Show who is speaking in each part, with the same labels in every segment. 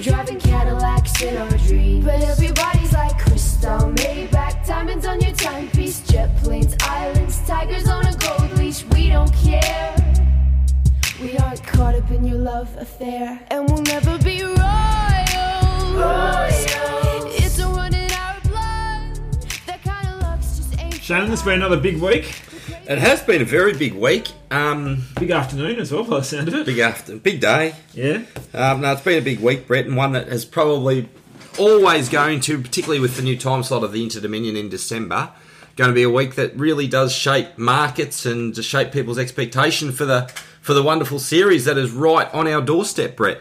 Speaker 1: driving Cadillacs in our dreams. But everybody's like crystal, Maybach, diamonds on your timepiece, jet planes, islands, tigers on a gold leash. We don't care. We aren't caught up in your love affair, and we'll never be royal. Royal. It's a run in our blood. That kind of luck's just ain't.
Speaker 2: Shannon, it's been another big week,
Speaker 3: It has been a very big week. Um,
Speaker 2: big afternoon as well, by the sound of it.
Speaker 3: big after, big day.
Speaker 2: Yeah,
Speaker 3: Um, no, it's been a big week, Brett, and one that has probably always going to, particularly with the new time slot of the Inter Dominion in December, going to be a week that really does shape markets and to shape people's expectation for the for the wonderful series that is right on our doorstep, Brett.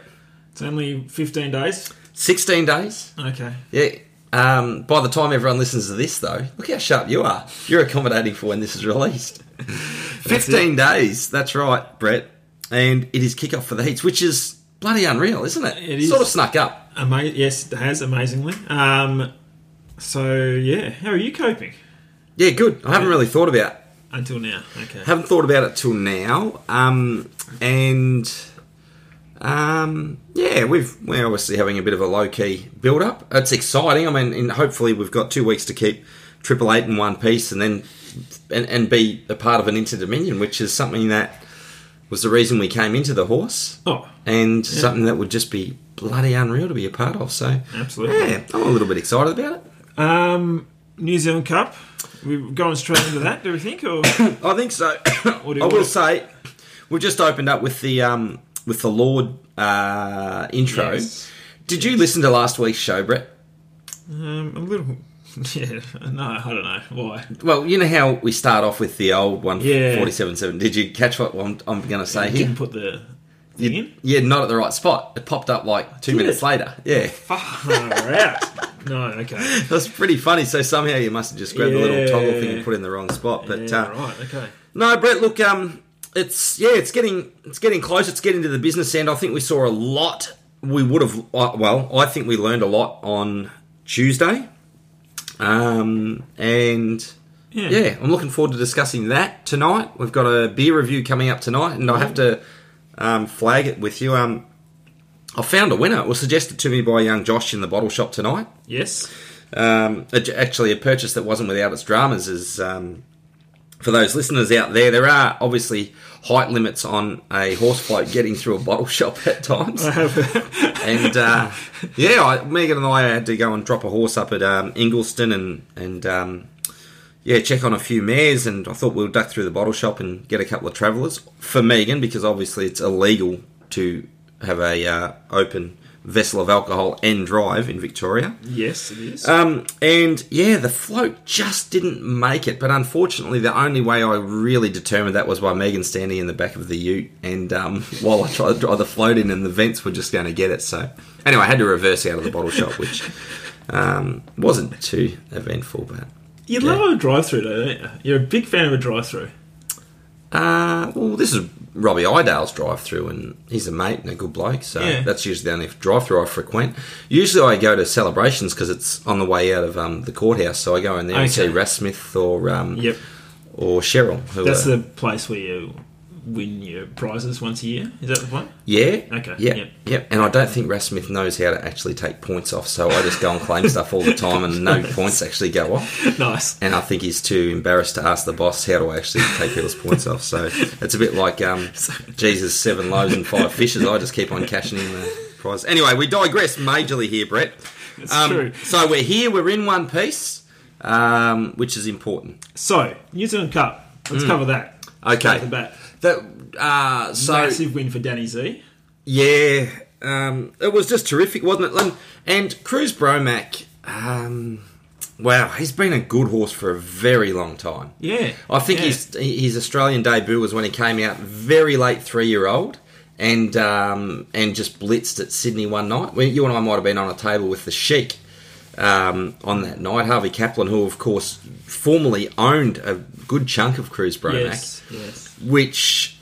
Speaker 2: it's only 15 days.
Speaker 3: Sixteen days.
Speaker 2: Okay.
Speaker 3: Yeah. Um, by the time everyone listens to this, though, look how sharp you are. You're accommodating for when this is released. 15 days, that's right, Brett. And it is kickoff for the Heats, which is bloody unreal, isn't it?
Speaker 2: It is.
Speaker 3: Sort of snuck up.
Speaker 2: Ama- yes, it has, amazingly. Um, so, yeah, how are you coping
Speaker 3: Yeah, good. I haven't really thought about it.
Speaker 2: until now? Okay.
Speaker 3: Haven't thought about it till now. Um, and um, yeah, we've we're obviously having a bit of a low key build up. It's exciting. I mean, and hopefully we've got two weeks to keep Triple Eight in one piece, and then and, and be a part of an Inter Dominion, which is something that was the reason we came into the horse,
Speaker 2: Oh,
Speaker 3: and something that would just be bloody unreal to be a part of. So
Speaker 2: Absolutely.
Speaker 3: yeah, I'm a little bit excited about it.
Speaker 2: um, New Zealand Cup. We're going straight into that, do we think? Or
Speaker 3: I think so. I
Speaker 2: What do you
Speaker 3: will
Speaker 2: want?
Speaker 3: say we've just opened up with the um, with the Lord uh, intro.
Speaker 2: Yes.
Speaker 3: Did you listen to last week's show, Brett?
Speaker 2: um, I'm a little. Yeah, no, I don't know why.
Speaker 3: Well, you know how we start off with the old one
Speaker 2: Yeah.
Speaker 3: forty-seven seven. Did you catch what I'm, I'm going to say
Speaker 2: Didn't
Speaker 3: here?
Speaker 2: put the thing
Speaker 3: You,
Speaker 2: in.
Speaker 3: yeah, not at the right spot. It popped up like two
Speaker 2: Did
Speaker 3: minutes
Speaker 2: it?
Speaker 3: later. Yeah,
Speaker 2: Far out. No, okay.
Speaker 3: that's pretty funny. So somehow you must have just grabbed the little toggle thing
Speaker 2: Yeah.
Speaker 3: and put it in the wrong spot. But
Speaker 2: yeah,
Speaker 3: uh,
Speaker 2: right, okay.
Speaker 3: No, Brett. Look, um, it's yeah, it's getting it's getting close. It's getting to the business end. I think we saw a lot. We would have uh, well, I think we learned a lot on Tuesday, um, and
Speaker 2: Yeah.
Speaker 3: yeah, I'm looking forward to discussing that tonight. We've got a beer review coming up tonight, and I have to um, flag it with you. Um, I found a winner. It was suggested to me by young Josh in the bottle shop tonight.
Speaker 2: Yes.
Speaker 3: Um, a- actually, a purchase that wasn't without its dramas is um, for those listeners out there. There are obviously height limits on a horse float getting through a bottle shop at times. and uh, yeah, I, Megan and I had to go and drop a horse up at um, Ingleston and and um, yeah, check on a few mares. And I thought we'll duck through the bottle shop and get a couple of travellers for Megan because obviously it's illegal to have a uh, open vessel of alcohol and drive in Victoria.
Speaker 2: Yes, it is.
Speaker 3: Um, and yeah, the float just didn't make it. But unfortunately, the only way I really determined that was by Megan standing in the back of the ute, and um, while I tried to draw the float in, and the vents were just going to get it. So anyway, I had to reverse out of the bottle shop, which um, wasn't too eventful. But
Speaker 2: you
Speaker 3: yeah.
Speaker 2: love a drive through, though, don't you? You're a big fan of a drive through.
Speaker 3: uh, well, this is Robbie Idale's drive-through, and he's a mate and a good bloke. So
Speaker 2: Yeah.
Speaker 3: that's usually the only drive-through I frequent. Usually, I go to celebrations because it's on the way out of um, the courthouse. So I go in there and see
Speaker 2: Okay.
Speaker 3: Rasmith or um,
Speaker 2: Yep.
Speaker 3: or Cheryl. Who
Speaker 2: That's
Speaker 3: are-
Speaker 2: the place where you win your prizes once a year. Is that the one?
Speaker 3: yeah,
Speaker 2: Okay,
Speaker 3: yeah,
Speaker 2: yep.
Speaker 3: yep. And I don't think Ras Smith knows how to actually take points off, so I just go and claim stuff all the time, and no points actually go off.
Speaker 2: nice.
Speaker 3: And I think he's too embarrassed to ask the boss how do I actually take people's points off. So it's a bit like um, Jesus seven loaves and five fishes. I just keep on cashing in the prize. Anyway, we digress majorly here, Brett. Um,
Speaker 2: It's true.
Speaker 3: So we're here. We're in one piece, um, which is important.
Speaker 2: So, New Zealand Cup. Let's cover that.
Speaker 3: Okay.
Speaker 2: Off the bat.
Speaker 3: That uh, so
Speaker 2: Massive win for Danny Z.
Speaker 3: Yeah, um, it was just terrific, wasn't it? And, and Cruz Bromac, um, wow, he's been a good horse for a very long time.
Speaker 2: Yeah.
Speaker 3: I think
Speaker 2: yeah.
Speaker 3: his his Australian debut was when he came out very late, three year old, and um, and just blitzed at Sydney one night. Well, you and I might have been on a table with the Sheik um, on that night. Harvey Kaplan, who of course formerly owned a good chunk of Cruz Bromac
Speaker 2: Yes. Yes.
Speaker 3: which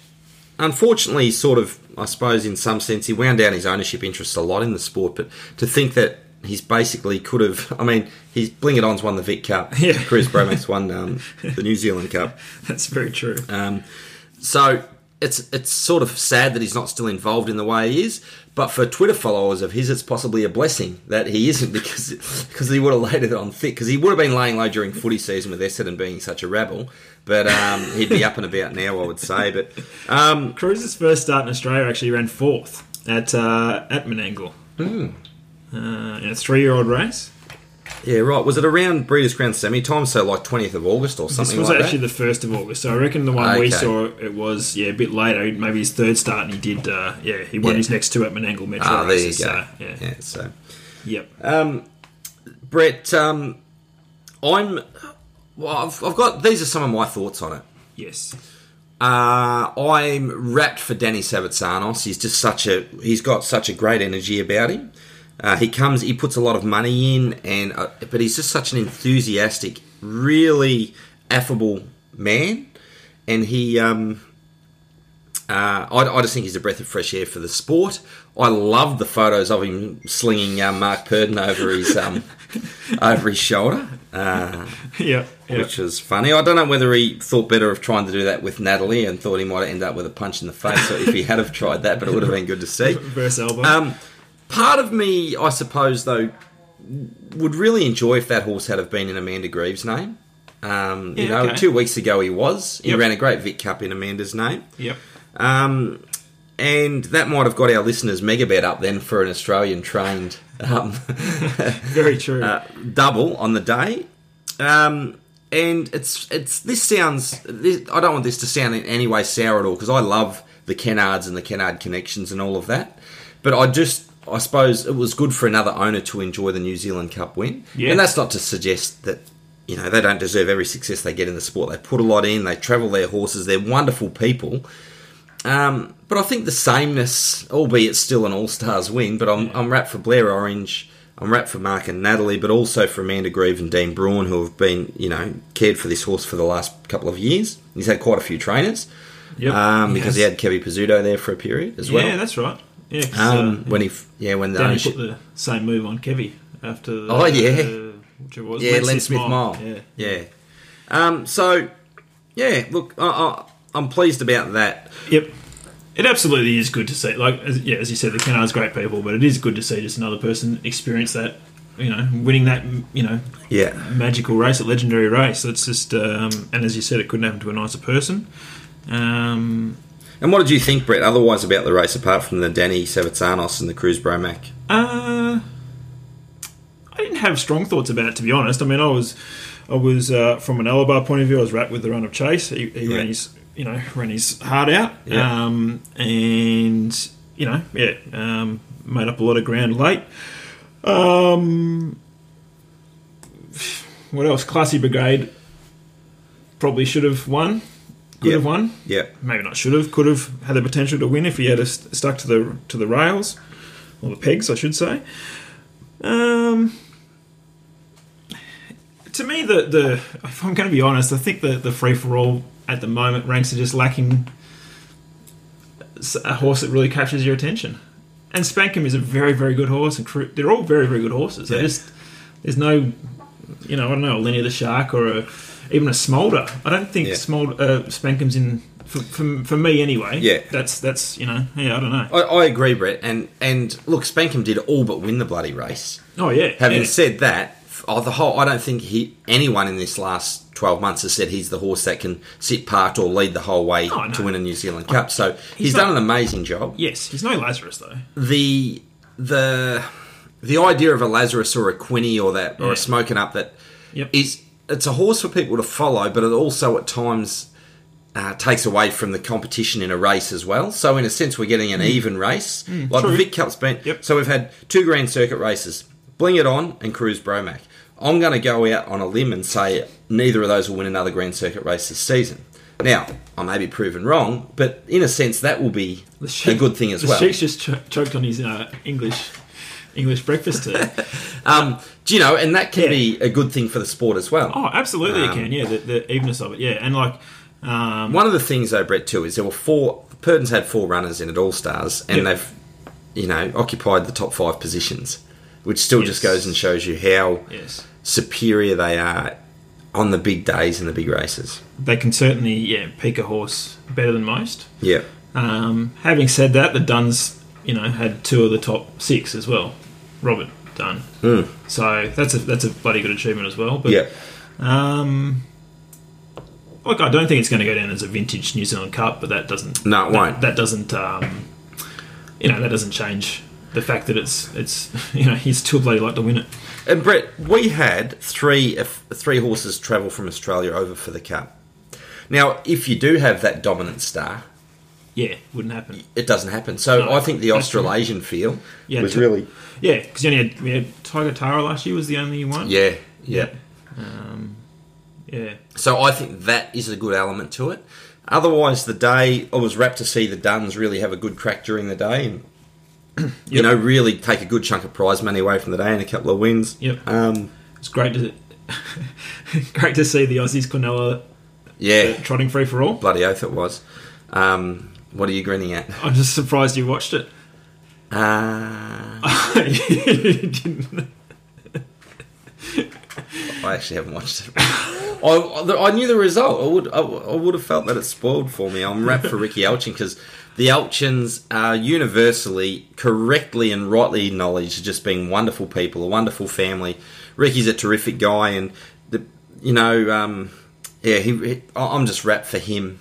Speaker 3: unfortunately sort of I suppose in some sense he wound down his ownership interests a lot in the sport, but to think that he's basically could have I mean, he's Bling It On's won the Vic Cup.
Speaker 2: Yeah.
Speaker 3: Cruz Bromax won um, the New Zealand Cup.
Speaker 2: That's very true.
Speaker 3: Um, so it's it's sort of sad that he's not still involved in the way he is, but for Twitter followers of his, it's possibly a blessing that he isn't because because he would have laid it on thick because he would have been laying low during footy season with Essendon being such a rabble, but um, he'd be up and about now, I would say. But um,
Speaker 2: Cruz's first start in Australia actually ran fourth at uh, at Menangle Hmm. uh, in a three-year-old race.
Speaker 3: yeah, right, was it around Breeders' Crown semi time? So like twentieth of August or
Speaker 2: This
Speaker 3: something
Speaker 2: was
Speaker 3: like
Speaker 2: actually
Speaker 3: that.
Speaker 2: the first of August, so I reckon the one
Speaker 3: Okay.
Speaker 2: we saw it was yeah a bit later, maybe his third start, and he did uh, yeah he won
Speaker 3: Yeah.
Speaker 2: his next two at Menangle Metro.
Speaker 3: Ah, there you go.
Speaker 2: races, So, yeah.
Speaker 3: yeah, Uh, so.
Speaker 2: Yep.
Speaker 3: Brett, um, I'm. Well, I've, I've got. These are some of my thoughts on it.
Speaker 2: yes.
Speaker 3: Uh, I'm wrapped for Danny Savatsanos. He's just such a. He's got such a great energy about him. Uh, he comes. He puts a lot of money in, and uh, but he's just such an enthusiastic, really affable man. And he, um, uh, I, I just think he's a breath of fresh air for the sport. I love the photos of him slinging uh, Mark Purden over his um, over his shoulder. Uh,
Speaker 2: Yep. yep.
Speaker 3: which was funny. I don't know whether he thought better of trying to do that with Natalie and thought he might end up with a punch in the face or if he had have tried that, but it would have been good to see.
Speaker 2: Reverse elbow.
Speaker 3: Um, part of me, I suppose, though, would really enjoy if that horse had have been in Amanda Greaves' name. Um, you
Speaker 2: Yeah,
Speaker 3: know,
Speaker 2: okay.
Speaker 3: two weeks ago he was. He
Speaker 2: Yep.
Speaker 3: ran a great Vic Cup in Amanda's name.
Speaker 2: yep.
Speaker 3: Um, and that might have got our listeners mega bet up then for an Australian trained um,
Speaker 2: Very true.
Speaker 3: uh, double on the day. Um, and it's it's this sounds this, I don't want this to sound in any way sour at all because I love the Kennards and the Kennard connections and all of that. But I just I suppose it was good for another owner to enjoy the New Zealand Cup win.
Speaker 2: Yeah.
Speaker 3: And that's not to suggest that you know they don't deserve every success they get in the sport. They put a lot in. They travel their horses. They're wonderful people. Um, but I think the sameness, albeit still an All Stars win, but I'm, I'm wrapped for Blair Orange, I'm wrapped for Mark and Natalie, but also for Amanda Grieve and Dean Braun, who have been, you know, cared for this horse for the last couple of years. He's had quite a few trainers
Speaker 2: Yep.
Speaker 3: um, because he
Speaker 2: Yes.
Speaker 3: had Kevy Pizzuto there for a period as well.
Speaker 2: Yeah, that's right. Yeah. 'cause,
Speaker 3: um,
Speaker 2: uh,
Speaker 3: when he, f- yeah, when the
Speaker 2: Danny
Speaker 3: ownership-
Speaker 2: put the same move on Kevy after. The,
Speaker 3: Oh, yeah.
Speaker 2: uh, which it was
Speaker 3: Yeah, Len Smith Mile.
Speaker 2: Yeah.
Speaker 3: Yeah. Um, so, yeah, look, I, I, I'm pleased about that.
Speaker 2: Yep. It absolutely is good to see. Like, as, yeah, as you said, the Kennards great people, but it is good to see just another person experience that. You know, winning that you know
Speaker 3: Yeah.
Speaker 2: magical race, a legendary race. That's just, um, and as you said, it couldn't happen to a nicer person. Um,
Speaker 3: And what did you think, Brett, otherwise about the race, apart from the Danny Savatsanos and the Cruz Bromac?
Speaker 2: Uh, I didn't have strong thoughts about it to be honest. I mean, I was, I was uh, from an Alabar point of view. I was wrapped with the run of Chase. He, he
Speaker 3: Yeah.
Speaker 2: ran his, you know, ran his heart out,
Speaker 3: Yeah.
Speaker 2: um, and you know, yeah, um, made up a lot of ground late. Um, what else? Classy Brigade probably should have won. Could
Speaker 3: Yeah.
Speaker 2: have won
Speaker 3: Yeah.
Speaker 2: maybe not should have, could have had the potential to win if he had a st- stuck to the to the rails or the pegs, I should say. Um, to me, the the if I'm going to be honest, I think the the free for all at the moment ranks are just lacking s- a horse that really captures your attention. And Spankham is a very very good horse, and Cru- they're all very very good horses. They
Speaker 3: Yeah.
Speaker 2: just there's no you know, I don't know, a Lenny the Shark or a, even a Smolder. I don't think
Speaker 3: Yeah.
Speaker 2: Smolder, uh, Spankham's in, for, for, for me anyway.
Speaker 3: Yeah.
Speaker 2: That's, that's you know, yeah, I don't know.
Speaker 3: I, I agree, Brett. And and look, Spankham did all but win the bloody race.
Speaker 2: Oh, yeah.
Speaker 3: Having
Speaker 2: yeah.
Speaker 3: said that, f- oh, the whole I don't think he anyone in this last twelve months has said he's the horse that can sit parked or lead the whole way
Speaker 2: Oh, no.
Speaker 3: to win a New Zealand Cup. So he's,
Speaker 2: not-
Speaker 3: done an amazing job.
Speaker 2: Yes, he's no Lazarus, though.
Speaker 3: The the the idea of a Lazarus or a Quinny or that or
Speaker 2: Yeah.
Speaker 3: a smoking up that
Speaker 2: Yep.
Speaker 3: is it's a horse for people to follow, but it also at times uh, takes away from the competition in a race as well. So in a sense, we're getting an even race. like
Speaker 2: Mm. true.
Speaker 3: the Vic Cup's been.
Speaker 2: Yep.
Speaker 3: So we've had two Grand Circuit races, Bling It On and Cruise Bromac. I'm going to go out on a limb and say neither of those will win another Grand Circuit race this season. Now, I may be proven wrong, but in a sense, that will be
Speaker 2: The sheik-
Speaker 3: a good thing as
Speaker 2: the
Speaker 3: well.
Speaker 2: Sheik's just cho- choked on his uh, English English breakfast tea.
Speaker 3: Um, do you know, and that can
Speaker 2: Yeah.
Speaker 3: be a good thing for the sport as well.
Speaker 2: oh, absolutely,
Speaker 3: Um,
Speaker 2: you can. Yeah, the, the evenness of it. Yeah, and like, um,
Speaker 3: One of the things though, Brett, too, is there were four. Purden's had four runners in at All Stars, and
Speaker 2: Yep.
Speaker 3: they've, you know, occupied the top five positions, which still just
Speaker 2: Yes.
Speaker 3: goes and shows you how
Speaker 2: yes.
Speaker 3: superior they are on the big days and the big races.
Speaker 2: They can certainly, yeah, pick a horse better than most.
Speaker 3: Yeah,
Speaker 2: Um, having said that, the Duns, you know, had two of the top six as well. Robert Dunn. So that's a that's a bloody good achievement as well. But
Speaker 3: Hmm. Yeah.
Speaker 2: um, look, I don't think it's going to go down as a vintage New Zealand Cup, but that doesn't.
Speaker 3: No, it
Speaker 2: that,
Speaker 3: won't.
Speaker 2: That doesn't. Um, you know, that doesn't change the fact that it's it's you know he's still bloody like to win it.
Speaker 3: And Brett, we had three three horses travel from Australia over for the Cup. Now, if you do have that dominant star,
Speaker 2: Yeah, wouldn't happen.
Speaker 3: it doeslaan happen. So
Speaker 2: No,
Speaker 3: I think the
Speaker 2: that's true.
Speaker 3: Australasian feel
Speaker 2: Yeah,
Speaker 3: was
Speaker 2: t-
Speaker 3: really
Speaker 2: Yeah, because you only had, we had Tiger Tara last year was the only one. Um,
Speaker 3: yeah, yeah.
Speaker 2: yeah.
Speaker 3: So I think that is a good element to it. Otherwise, the day I was rapt to see the Duns really have a good crack during the day and you
Speaker 2: Yep.
Speaker 3: know really take a good chunk of prize money away from the day and a couple of wins.
Speaker 2: Yep.
Speaker 3: Um,
Speaker 2: It's great to great to see the Aussies Cornella
Speaker 3: yeah.
Speaker 2: trotting free for all.
Speaker 3: Bloody oath it was. Um, what are you grinning at?
Speaker 2: I'm just surprised you watched it.
Speaker 3: Uh,
Speaker 2: You didn't.
Speaker 3: I actually haven't watched it. I, I knew the result. I would I, would have felt that it spoiled for me. I'm wrapped for Ricky Elchin because the Elchins are universally, correctly and rightly acknowledged as just being wonderful people, a wonderful family. Ricky's a terrific guy, and the you know um, yeah he, he I- I'm just wrapped for him.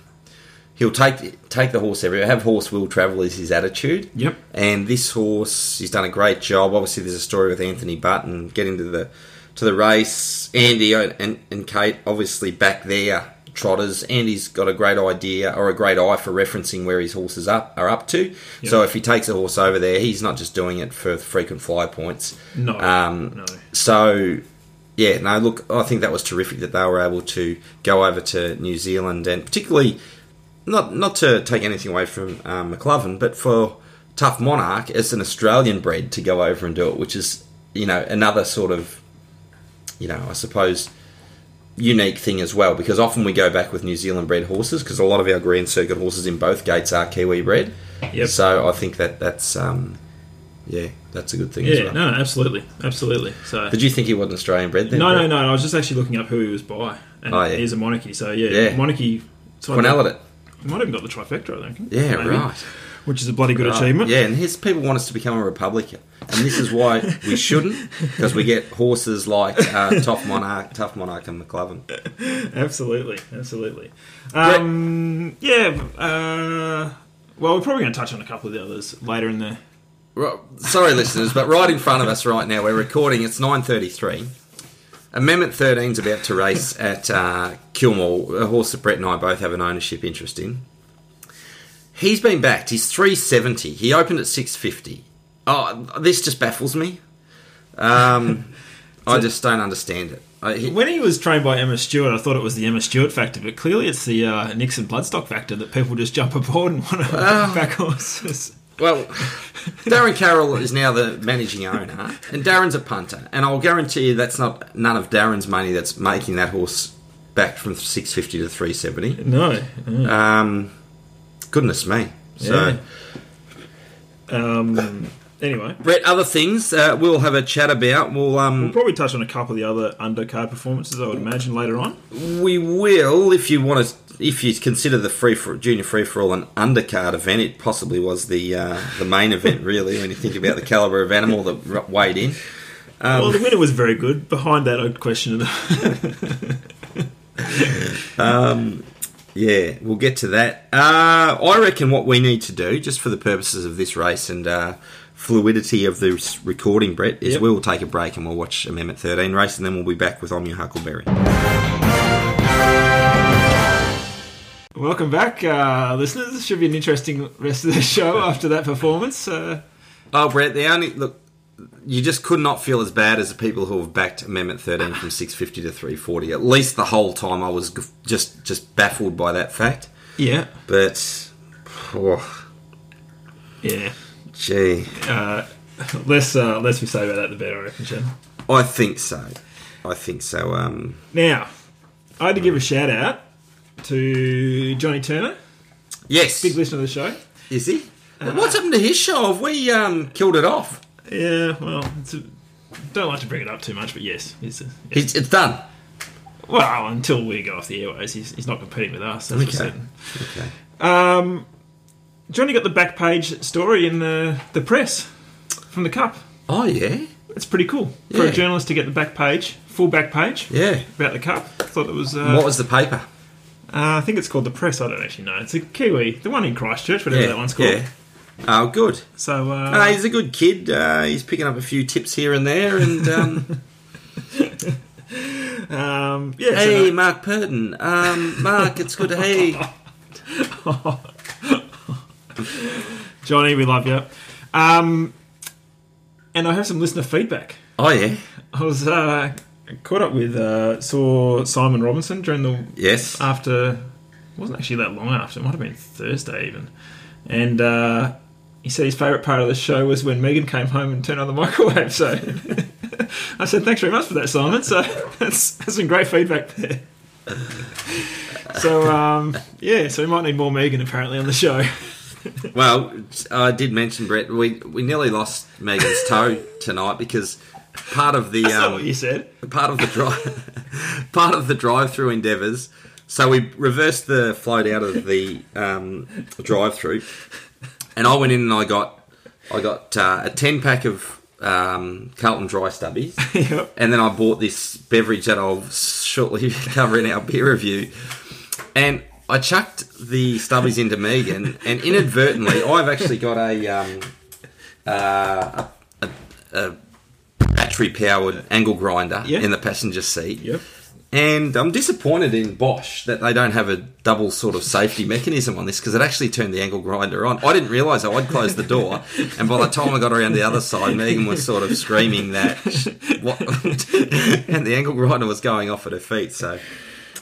Speaker 3: He'll take take the horse everywhere. Have horse will travel is his attitude.
Speaker 2: Yep.
Speaker 3: And this horse, he's done a great job. Obviously, there's a story with Anthony Button getting to the to the race. Andy and, and Kate, obviously back there, trotters. Andy's got a great idea or a great eye for referencing where his horses up are up to.
Speaker 2: Yeah.
Speaker 3: So if he takes a horse over there, he's not just doing it for frequent fly points.
Speaker 2: No,
Speaker 3: Um,
Speaker 2: no.
Speaker 3: So, yeah, no, look, I think that was terrific that they were able to go over to New Zealand and particularly not not to take anything away from um, McLovin, but for Tough Monarch as an Australian bred to go over and do it, which is you know another sort of you know I suppose unique thing as well because often we go back with New Zealand bred horses because a lot of our Grand Circuit horses in both gates are Kiwi bred.
Speaker 2: Yep.
Speaker 3: So I think that that's um, yeah, that's a good thing as
Speaker 2: Yeah,
Speaker 3: well.
Speaker 2: no, no, absolutely, absolutely. So
Speaker 3: Did you think he wasn't Australian bred then?
Speaker 2: no, no,
Speaker 3: Brett?
Speaker 2: no. I was just actually looking up who he was by, and
Speaker 3: Oh, yeah.
Speaker 2: he's a monarchy. So yeah,
Speaker 3: Yeah.
Speaker 2: monarchy. So I
Speaker 3: Cornell
Speaker 2: think-
Speaker 3: it.
Speaker 2: he might have even got the trifecta, I think.
Speaker 3: Yeah,
Speaker 2: maybe,
Speaker 3: right.
Speaker 2: Which is a bloody good
Speaker 3: Right.
Speaker 2: achievement.
Speaker 3: Yeah, and his people want us to become a republican, and this is why we shouldn't, because we get horses like uh, Tough Monarch, Tough Monarch, and McLovin.
Speaker 2: absolutely, absolutely. Um, yeah. Uh, well, we're probably going to touch on a couple of the others later in the.
Speaker 3: Right, Sorry, listeners, but right in front of us right now, we're recording. It's nine thirty-three. Amendment 13's about to race at uh, Kilmore, a horse that Brett and I both have an ownership interest in. He's been backed. He's 370. He opened at 650. Oh, this just baffles me. Um, I just don't understand it. I, he-
Speaker 2: When he was trained by Emma Stewart, I thought it was the Emma Stewart factor, but clearly it's the uh, Nixon bloodstock factor that people just jump aboard and want to back horses.
Speaker 3: Well, Darren Carroll is now the managing owner, and Darren's a punter. And I'll guarantee you that's not none of Darren's money that's making that horse back from 650 to 370.
Speaker 2: No. no.
Speaker 3: Um, goodness me. So,
Speaker 2: Yeah. Um, anyway,
Speaker 3: Brett, other things uh, we'll have a chat about. We'll,
Speaker 2: we'll
Speaker 3: um,
Speaker 2: probably touch on a couple of the other undercard performances, I would imagine, later on.
Speaker 3: we will, if you want to, if you consider the free for junior free for all an undercard event, it possibly was the uh, the main event really. When you think about the caliber of animal that r- weighed in.
Speaker 2: well, the winner was very good. Behind that, I'd question it.
Speaker 3: Yeah, we'll get to that. Uh, I reckon what we need to do, just for the purposes of this race and uh, fluidity of this recording, Brett, is
Speaker 2: Yep.
Speaker 3: we will take a break and we'll watch Amendment 13 race and then we'll be back with I'm Your Huckleberry.
Speaker 2: Welcome back, uh, listeners. This should be an interesting rest of the show after that performance. Uh,
Speaker 3: Oh, Brett, the only. Look, you just could not feel as bad as the people who have backed Amendment 13 from 650 to 340. At least the whole time I was g- just, just baffled by that fact.
Speaker 2: yeah.
Speaker 3: But. Oh,
Speaker 2: Yeah.
Speaker 3: gee.
Speaker 2: Uh, less, uh, less we say about that, the better, I reckon, Shannon.
Speaker 3: I think so. I think so. Um,
Speaker 2: Now, I had to give a shout out to Johnny Turner,
Speaker 3: yes.
Speaker 2: big listener of the show.
Speaker 3: Is he? What's happened to his show? Have we um, killed it off?
Speaker 2: Yeah, well, it's a, don't like to bring it up too much, but yes, it's a, yeah.
Speaker 3: It's, it's done.
Speaker 2: well until we go off the airways, he's, he's not competing with us. That's for
Speaker 3: Okay.
Speaker 2: certain.
Speaker 3: Okay.
Speaker 2: Um, Johnny got the back page story in the, the press from the Cup.
Speaker 3: Oh yeah,
Speaker 2: That's pretty cool for
Speaker 3: Yeah.
Speaker 2: a journalist to get the back page, full back page
Speaker 3: yeah.
Speaker 2: about the Cup. I thought it was. Uh,
Speaker 3: What was the paper?
Speaker 2: uh, I think it's called the press. I don't actually know. It's a Kiwi, the one in Christchurch, whatever
Speaker 3: yeah,
Speaker 2: that one's called.
Speaker 3: Yeah. Oh, good.
Speaker 2: So uh,
Speaker 3: Uh, he's a good kid. Uh, he's picking up a few tips here and there. And um,
Speaker 2: um, yeah, so
Speaker 3: hey,
Speaker 2: no-
Speaker 3: Mark Purton. Um, Mark, it's good to hey.
Speaker 2: Johnny, we love you. Um, and I have some listener feedback.
Speaker 3: Oh yeah,
Speaker 2: I was uh, caught up with uh, saw Simon Robinson during the
Speaker 3: yes.
Speaker 2: after it wasn't actually that long after it might have been Thursday even, and uh, he said his favourite part of the show was when Megan came home and turned on the microwave. So I said thanks very much for that, Simon. So that's that's been great feedback there. So um, yeah, so we might need more Megan apparently on the show.
Speaker 3: Well, I did mention Brett. We we nearly lost Megan's toe tonight because part of the
Speaker 2: That's not
Speaker 3: um,
Speaker 2: what you said.
Speaker 3: part of the drive part of the drive-through endeavours. So we reversed the float out of the um, drive-through, and I went in and I got I got uh, a ten pack of um, Carlton Dry Stubbies,
Speaker 2: Yep.
Speaker 3: and then I bought this beverage that I'll shortly cover in our beer review, and. I chucked the stubbies into Megan, and inadvertently, I've actually got a um, uh, a, a, a battery powered angle grinder
Speaker 2: Yeah.
Speaker 3: in the passenger seat.
Speaker 2: Yep.
Speaker 3: And I'm disappointed in Bosch that they don't have a double sort of safety mechanism on this because it actually turned the angle grinder on. I didn't realise that I'd closed the door, and by the time I got around the other side, Megan was sort of screaming that, what? and the angle grinder was going off at her feet. So,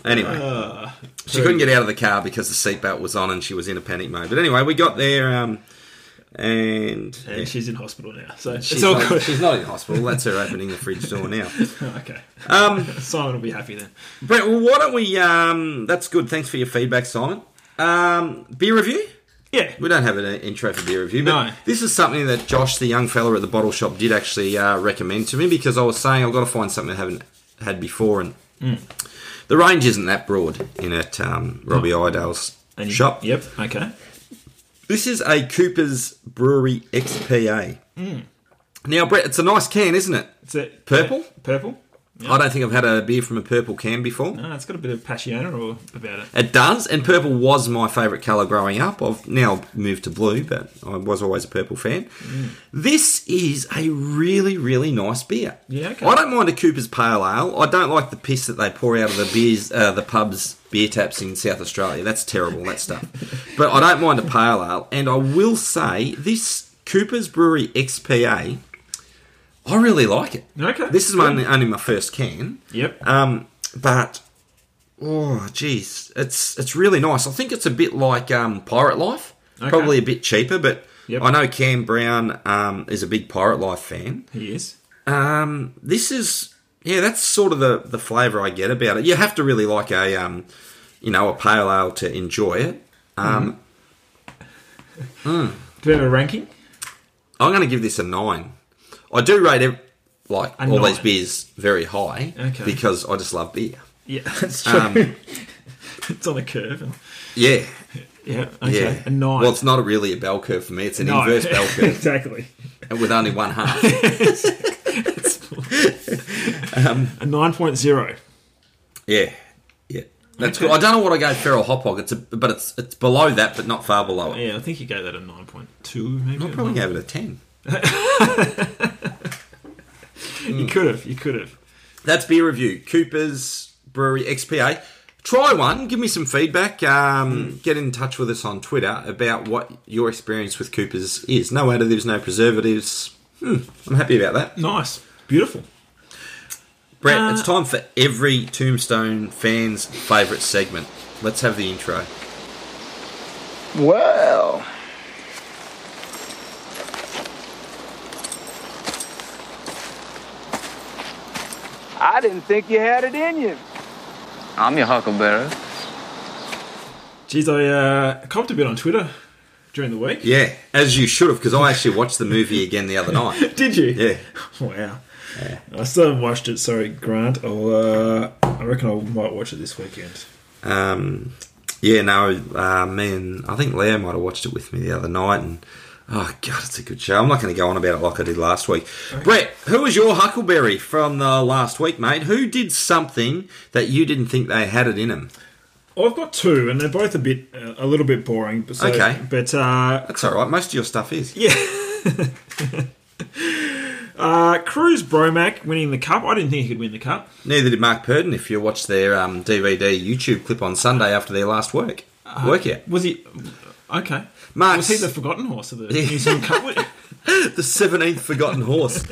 Speaker 3: anyway,
Speaker 2: Uh, Ah,
Speaker 3: she couldn't get out of the car because the seatbelt was on and she was in a panic mode. But anyway, we got there, um, and,
Speaker 2: And
Speaker 3: yeah.
Speaker 2: she's in hospital now, so
Speaker 3: She's
Speaker 2: it's all
Speaker 3: not,
Speaker 2: good.
Speaker 3: she's not in hospital. That's her opening the fridge door now.
Speaker 2: okay,
Speaker 3: Um,
Speaker 2: Simon will be happy then.
Speaker 3: Brett, well, why don't we? Um, that's good. Thanks for your feedback, Simon. Um, beer review.
Speaker 2: Yeah,
Speaker 3: We don't have an intro for beer review, but
Speaker 2: No.
Speaker 3: this is something that Josh, the young fella at the bottle shop, did actually uh, recommend to me because I was saying I've got to find something I haven't had before, and
Speaker 2: Hmm.
Speaker 3: the range isn't that broad in at um, Robbie Idale's
Speaker 2: And you-
Speaker 3: shop.
Speaker 2: Hmm. Yep. Okay.
Speaker 3: This is a Cooper's Brewery XPA.
Speaker 2: Hmm.
Speaker 3: Now, Brett, it's a nice can, isn't it?
Speaker 2: That's it.
Speaker 3: Purple.
Speaker 2: Purple.
Speaker 3: I don't think I've had a beer from a purple can before.
Speaker 2: Ah, it's got a bit of passiona or about it.
Speaker 3: It does, and purple was my favourite colour growing up. I've now moved to blue, but I was always a purple fan.
Speaker 2: Mm.
Speaker 3: This is a really, really nice beer.
Speaker 2: Yeah, okay.
Speaker 3: I don't mind a Cooper's Pale Ale. I don't like the piss that they pour out of the beers, uh, the pubs, beer taps in South Australia. That's terrible, that stuff. But I don't mind a Pale Ale, and I will say this Cooper's Brewery XPA. I really like it.
Speaker 2: Okay.
Speaker 3: This is my, only my first can.
Speaker 2: Yep.
Speaker 3: Um, but oh, geez, it's it's really nice. I think it's a bit like um, Pirate Life,
Speaker 2: Okay.
Speaker 3: probably a bit cheaper. But
Speaker 2: Yep.
Speaker 3: I know Cam Brown um, is a big Pirate Life fan.
Speaker 2: he is.
Speaker 3: Um, this is yeah, that's sort of the the flavour I get about it. You have to really like a um, you know, a pale ale to enjoy it.
Speaker 2: Mm-hmm.
Speaker 3: Um,
Speaker 2: Do we have a ranking?
Speaker 3: I'm going to give this a nine. I do rate it like
Speaker 2: A
Speaker 3: all these
Speaker 2: nine.
Speaker 3: beers very high
Speaker 2: Okay.
Speaker 3: because I just love beer.
Speaker 2: Yeah, that's true.
Speaker 3: Um,
Speaker 2: it's on a curve. And,
Speaker 3: yeah,
Speaker 2: yeah. Okay.
Speaker 3: Yeah.
Speaker 2: A nine.
Speaker 3: Well, it's not really a bell curve for me. It's an
Speaker 2: No.
Speaker 3: inverse bell curve
Speaker 2: exactly.
Speaker 3: with only one half.
Speaker 2: A nine point zero.
Speaker 3: Yeah, yeah. That's cool. I don't know what I gave Feral Hot Hog. It's a, but it's it's below that, but not far below it.
Speaker 2: Yeah, I think you gave that a nine point two, maybe.
Speaker 3: I
Speaker 2: or
Speaker 3: probably
Speaker 2: nine.
Speaker 3: gave it a ten.
Speaker 2: You could have. You could have.
Speaker 3: That's beer review. Cooper's Brewery XPA. Try one. Give me some feedback.
Speaker 2: Hmm.
Speaker 3: Um, Get in touch with us on Twitter about what your experience with Cooper's is. No additives, no preservatives. Hmm, I'm happy about that.
Speaker 2: Nice. Beautiful.
Speaker 3: Brett,
Speaker 2: Uh,
Speaker 3: it's time for every Tombstone fan's favourite segment. Let's have the intro.
Speaker 4: Well, I didn't think you had it in you.
Speaker 5: I'm your huckleberry.
Speaker 2: Geez, I uh, copped a bit on Twitter during the week.
Speaker 3: Yeah, as you should have, because I actually watched the movie again the other night.
Speaker 2: Did you?
Speaker 3: Yeah,
Speaker 2: Wow. I still haven't watched it. Sorry, Grant. I'll, uh, I reckon I might watch it this weekend.
Speaker 3: um, Yeah, no, uh, me and I think Leo might have watched it with me the other night, and oh god, it's a good show. I'm not going to go on about it like I did last week. Brett, who was your Huckleberry from the last week, mate? Who did something that you didn't think they had it in them?
Speaker 2: Well, I've got two, and they're both a bit, uh, a little bit boring. But so,
Speaker 3: Okay.
Speaker 2: But uh,
Speaker 3: That's all right. Most of your stuff is.
Speaker 2: yeah. uh, Cruz Bromack winning the cup. I didn't think he could win the cup.
Speaker 3: Neither did Mark Purden. If you watched their um, DVD YouTube clip on Sunday after their last work workout,
Speaker 2: Was he? Okay.
Speaker 3: Mark
Speaker 2: Uh, Was he the forgotten horse of the New Zealand Cup? win-
Speaker 3: the seventeenth forgotten horse.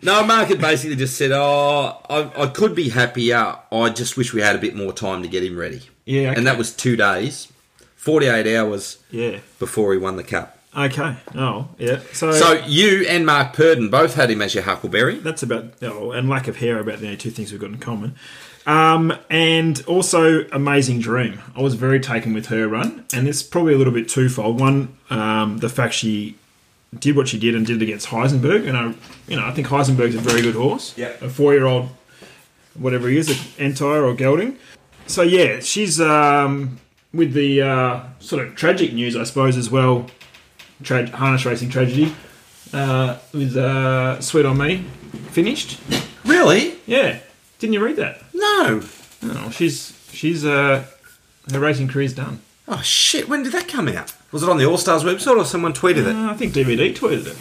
Speaker 3: No, Mark had basically just said, "Oh, I, I could be happier. I just wish we had a bit more time to get him ready."
Speaker 2: Yeah, okay.
Speaker 3: and that was two days, forty-eight hours
Speaker 2: Yeah.
Speaker 3: before he won the cup.
Speaker 2: Okay. Oh, yeah. So,
Speaker 3: So you and Mark Purden both had him as your huckleberry.
Speaker 2: that's about oh, and lack of hair are about the only two things we've got in common. Um, and also Amazing Dream. I was very taken with her run, and it's probably a little bit twofold. One, um, the fact she did what she did and did it against Heisenberg, and I, you know, I think Heisenberg's a very good horse. Yeah,
Speaker 3: Yep.
Speaker 2: a four-year-old, whatever he is, a entire or gelding. So yeah, she's um, with the uh, sort of tragic news, I suppose, as well. Tra- harness racing tragedy uh, with uh, Sweet on Me finished.
Speaker 3: Really?
Speaker 2: Yeah, didn't you read that?
Speaker 3: No.
Speaker 2: No, she's she's uh, her racing career's done.
Speaker 3: Oh shit! When did that come out? Was it on the All Stars website or someone tweeted it?
Speaker 2: Uh, I think DVD tweeted it.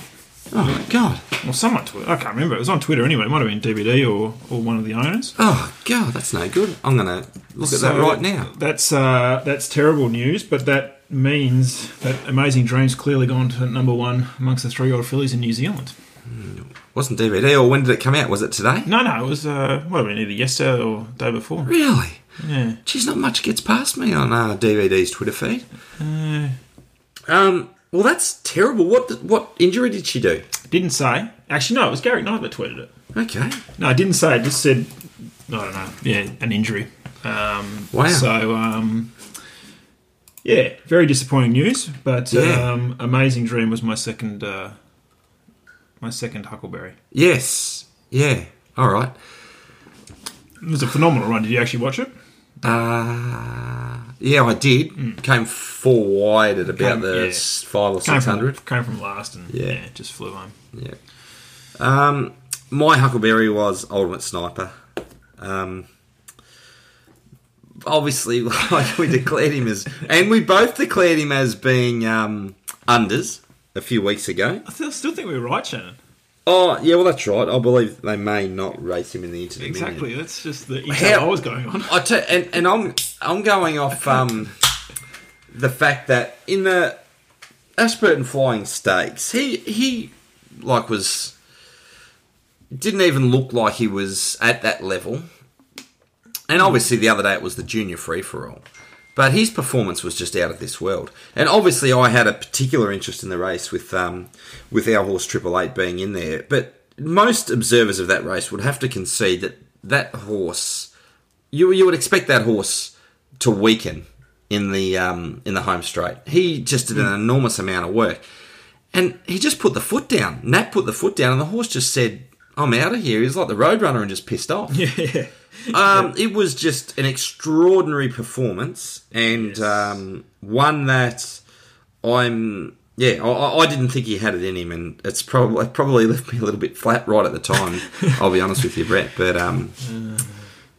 Speaker 3: Oh my god!
Speaker 2: Well, someone tweeted. I can't remember. It was on Twitter anyway. It might have been DVD or, or one of the owners.
Speaker 3: Oh god, that's no good. I'm gonna look at that
Speaker 2: So
Speaker 3: right now.
Speaker 2: That's uh, that's terrible news, but that means that Amazing Dream's clearly gone to number one amongst the three-year-old fillies in New Zealand.
Speaker 3: Wasn't DVD or when did it come out? Was it today?
Speaker 2: No, no, it was uh, might have been either yesterday or day before.
Speaker 3: Really?
Speaker 2: Yeah.
Speaker 3: Geez, not much gets past me on uh, DVD's Twitter feed. Um. Well, that's terrible. What what injury did she do?
Speaker 2: Didn't say. Actually, no, it was Garrick Knight that tweeted it.
Speaker 3: Okay.
Speaker 2: No, I didn't say. It just said, I don't know. Yeah, an injury. Um,
Speaker 3: Wow.
Speaker 2: So, um, yeah, very disappointing news. But
Speaker 3: Yeah.
Speaker 2: um, Amazing Dream was my second, uh, my second Huckleberry.
Speaker 3: Yes. Yeah. All right.
Speaker 2: It was a phenomenal run. Did you actually watch it?
Speaker 3: Uh, yeah, I did. Came four wide at about
Speaker 2: Mm. Came-
Speaker 3: the
Speaker 2: yeah.
Speaker 3: s five or
Speaker 2: Came
Speaker 3: six
Speaker 2: from,
Speaker 3: hundred.
Speaker 2: came from last and
Speaker 3: Yeah.
Speaker 2: yeah. just flew home.
Speaker 3: Yeah. Um, my Huckleberry was Ultimate Sniper. Um, obviously, like we declared him as, and we both declared him as being um, unders a few weeks ago.
Speaker 2: I still, still think we were right, Shannon.
Speaker 3: Oh, yeah, well, that's right. I believe they may not race him in the Inter.
Speaker 2: Exactly. That's just the
Speaker 3: How-
Speaker 2: how I was going on.
Speaker 3: I t- and, and I'm I'm going off um, the fact that in the Ashburton Flying Stakes, he he like was didn't even look like he was at that level. And obviously, the other day it was the junior free for all, but his performance was just out of this world. And obviously, I had a particular interest in the race with um, with our horse Triple Eight being in there. But most observers of that race would have to concede that that horse you you would expect that horse to weaken in the um, in the home straight. He just did an enormous amount of work, and he just put the foot down. Nat put the foot down, and the horse just said, "I'm out of here." He was like the road runner and just pissed off.
Speaker 2: yeah.
Speaker 3: Um, it was just an extraordinary performance, and um, one that I'm yeah I- I, I didn't think he had it in him, and it's probably it probably left me a little bit flat right at the time. I'll be honest with you, Brett, but um,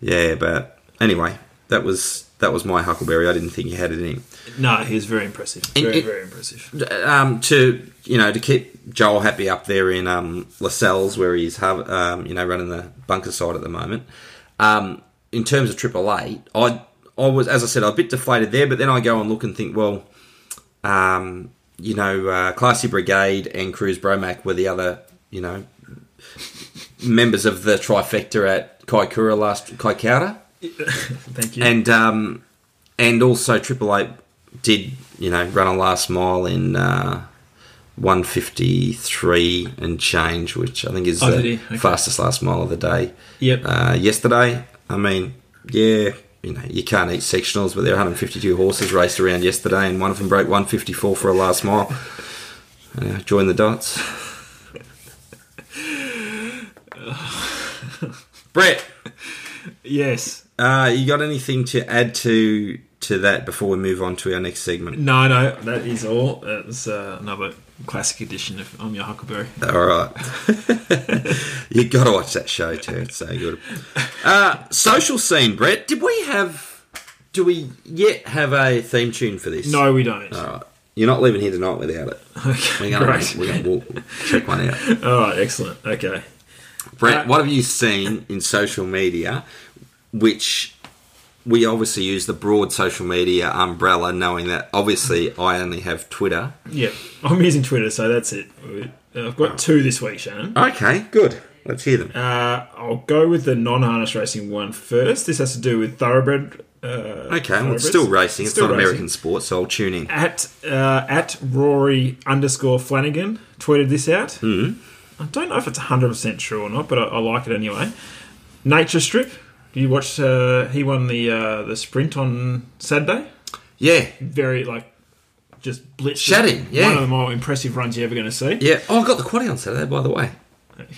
Speaker 3: yeah, but anyway, that was that was my Huckleberry. I didn't think he had it in him
Speaker 2: No, he was very impressive.
Speaker 3: And
Speaker 2: Very,
Speaker 3: it-
Speaker 2: very impressive.
Speaker 3: um, to you know to keep Joel happy up there in um, Lascelles where he's har- um, you know running the bunker side at the moment. Um, in terms of Triple Eight, I I was as I said I was a bit deflated there, but then I go and look and think, well, um, you know, uh, Classy Brigade and Cruz Bromac were the other you know members of the trifecta at Kaikoura last Kaikoura
Speaker 2: Thank you.
Speaker 3: and um, and also Triple Eight did you know run a last mile in uh, one fifty three and change, which I think is
Speaker 2: Oh,
Speaker 3: the
Speaker 2: did he? Okay.
Speaker 3: fastest last mile of the day.
Speaker 2: Yep.
Speaker 3: Uh, yesterday, I mean, yeah. You know, you can't eat sectionals, but there were 152 horses raced around yesterday, and one of them broke 154 for a last mile. Uh, join the dots, Brett.
Speaker 2: yes.
Speaker 3: Uh, you got anything to add to to that before we move on to our next segment?
Speaker 2: No, no, that is all. That's uh, another classic edition of I'm Your Huckleberry.
Speaker 3: All right. you got to watch that show too. It's so good. Uh, social scene, Brett. Did we have? Do we yet have a theme tune for this?
Speaker 2: No, we don't.
Speaker 3: All right. You're not leaving here tonight without it.
Speaker 2: Okay,
Speaker 3: We're going
Speaker 2: great.
Speaker 3: to we're going to walk, check one out.
Speaker 2: All right, excellent. Okay. Uh,
Speaker 3: Brett, what have you seen in social media, which we obviously use the broad social media umbrella, knowing that obviously I only have Twitter.
Speaker 2: Yeah, I'm using Twitter, so that's it. Uh, I've got two this week, Shannon.
Speaker 3: Okay, good. Let's hear them.
Speaker 2: Uh, I'll go with the non-harness racing one first. This has to do with thoroughbred. Uh,
Speaker 3: okay, well, it's
Speaker 2: thoroughbreds.
Speaker 3: still racing. It's,
Speaker 2: Still
Speaker 3: not
Speaker 2: racing.
Speaker 3: American sports, so I'll tune in.
Speaker 2: At uh, at Rory underscore Flanagan tweeted this out.
Speaker 3: Hmm.
Speaker 2: Mm-hmm. I don't know if it's hundred percent true or not, but I, I like it anyway. Nature Strip. Do you watch? Uh, he won the uh, the sprint on Saturday.
Speaker 3: Yeah,
Speaker 2: Very like just blitz.
Speaker 3: Shatty, yeah.
Speaker 2: One of the more impressive runs you're ever going to see.
Speaker 3: yeah. Oh, I got the quaddy on Saturday, by the way.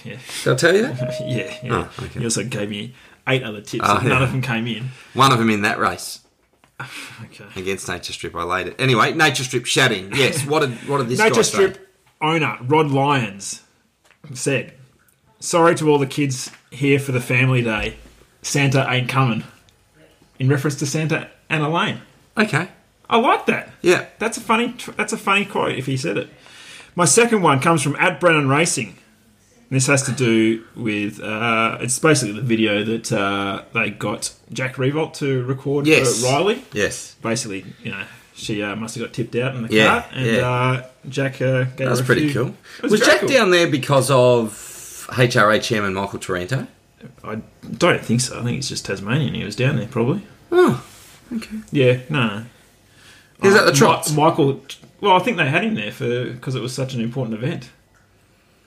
Speaker 2: Yeah.
Speaker 3: Did I tell you that?
Speaker 2: Yeah, yeah.
Speaker 3: Oh, okay.
Speaker 2: He also gave me eight other tips,
Speaker 3: Oh,
Speaker 2: and none
Speaker 3: yeah.
Speaker 2: of them came in.
Speaker 3: One of them in that race
Speaker 2: Okay.
Speaker 3: against Nature Strip. I laid it. Anyway, Nature Strip shouting. Yes, what did what did this guy
Speaker 2: Nature
Speaker 3: say?
Speaker 2: Strip owner Rod Lyons said, "Sorry to all the kids here for the family day. Santa ain't coming." In reference to Santa and Elaine,
Speaker 3: Okay.
Speaker 2: I like that.
Speaker 3: Yeah.
Speaker 2: That's a funny. That's a funny quote if he said it. My second one comes from at Brennan Racing. And This has to do with uh, it's basically the video that uh, they got Jack Revolt to record
Speaker 3: Yes.
Speaker 2: for Uh, Riley.
Speaker 3: Yes.
Speaker 2: Basically, you know, she uh, must have got tipped out in the
Speaker 3: Yeah,
Speaker 2: car, and
Speaker 3: yeah.
Speaker 2: uh, Jack uh, gave
Speaker 3: That was
Speaker 2: her a
Speaker 3: pretty
Speaker 2: few-
Speaker 3: cool.
Speaker 2: It
Speaker 3: Was,
Speaker 2: very
Speaker 3: Jack
Speaker 2: cool.
Speaker 3: down there because of HRA chairman Michael Taranto?
Speaker 2: I don't think so. I think it's just Tasmanian. He was down there probably.
Speaker 3: Oh, okay.
Speaker 2: Yeah, no. no.
Speaker 3: Is that the
Speaker 2: Uh, Mi-
Speaker 3: trots?
Speaker 2: Michael. Well, I think they had him there for because it was such an important event.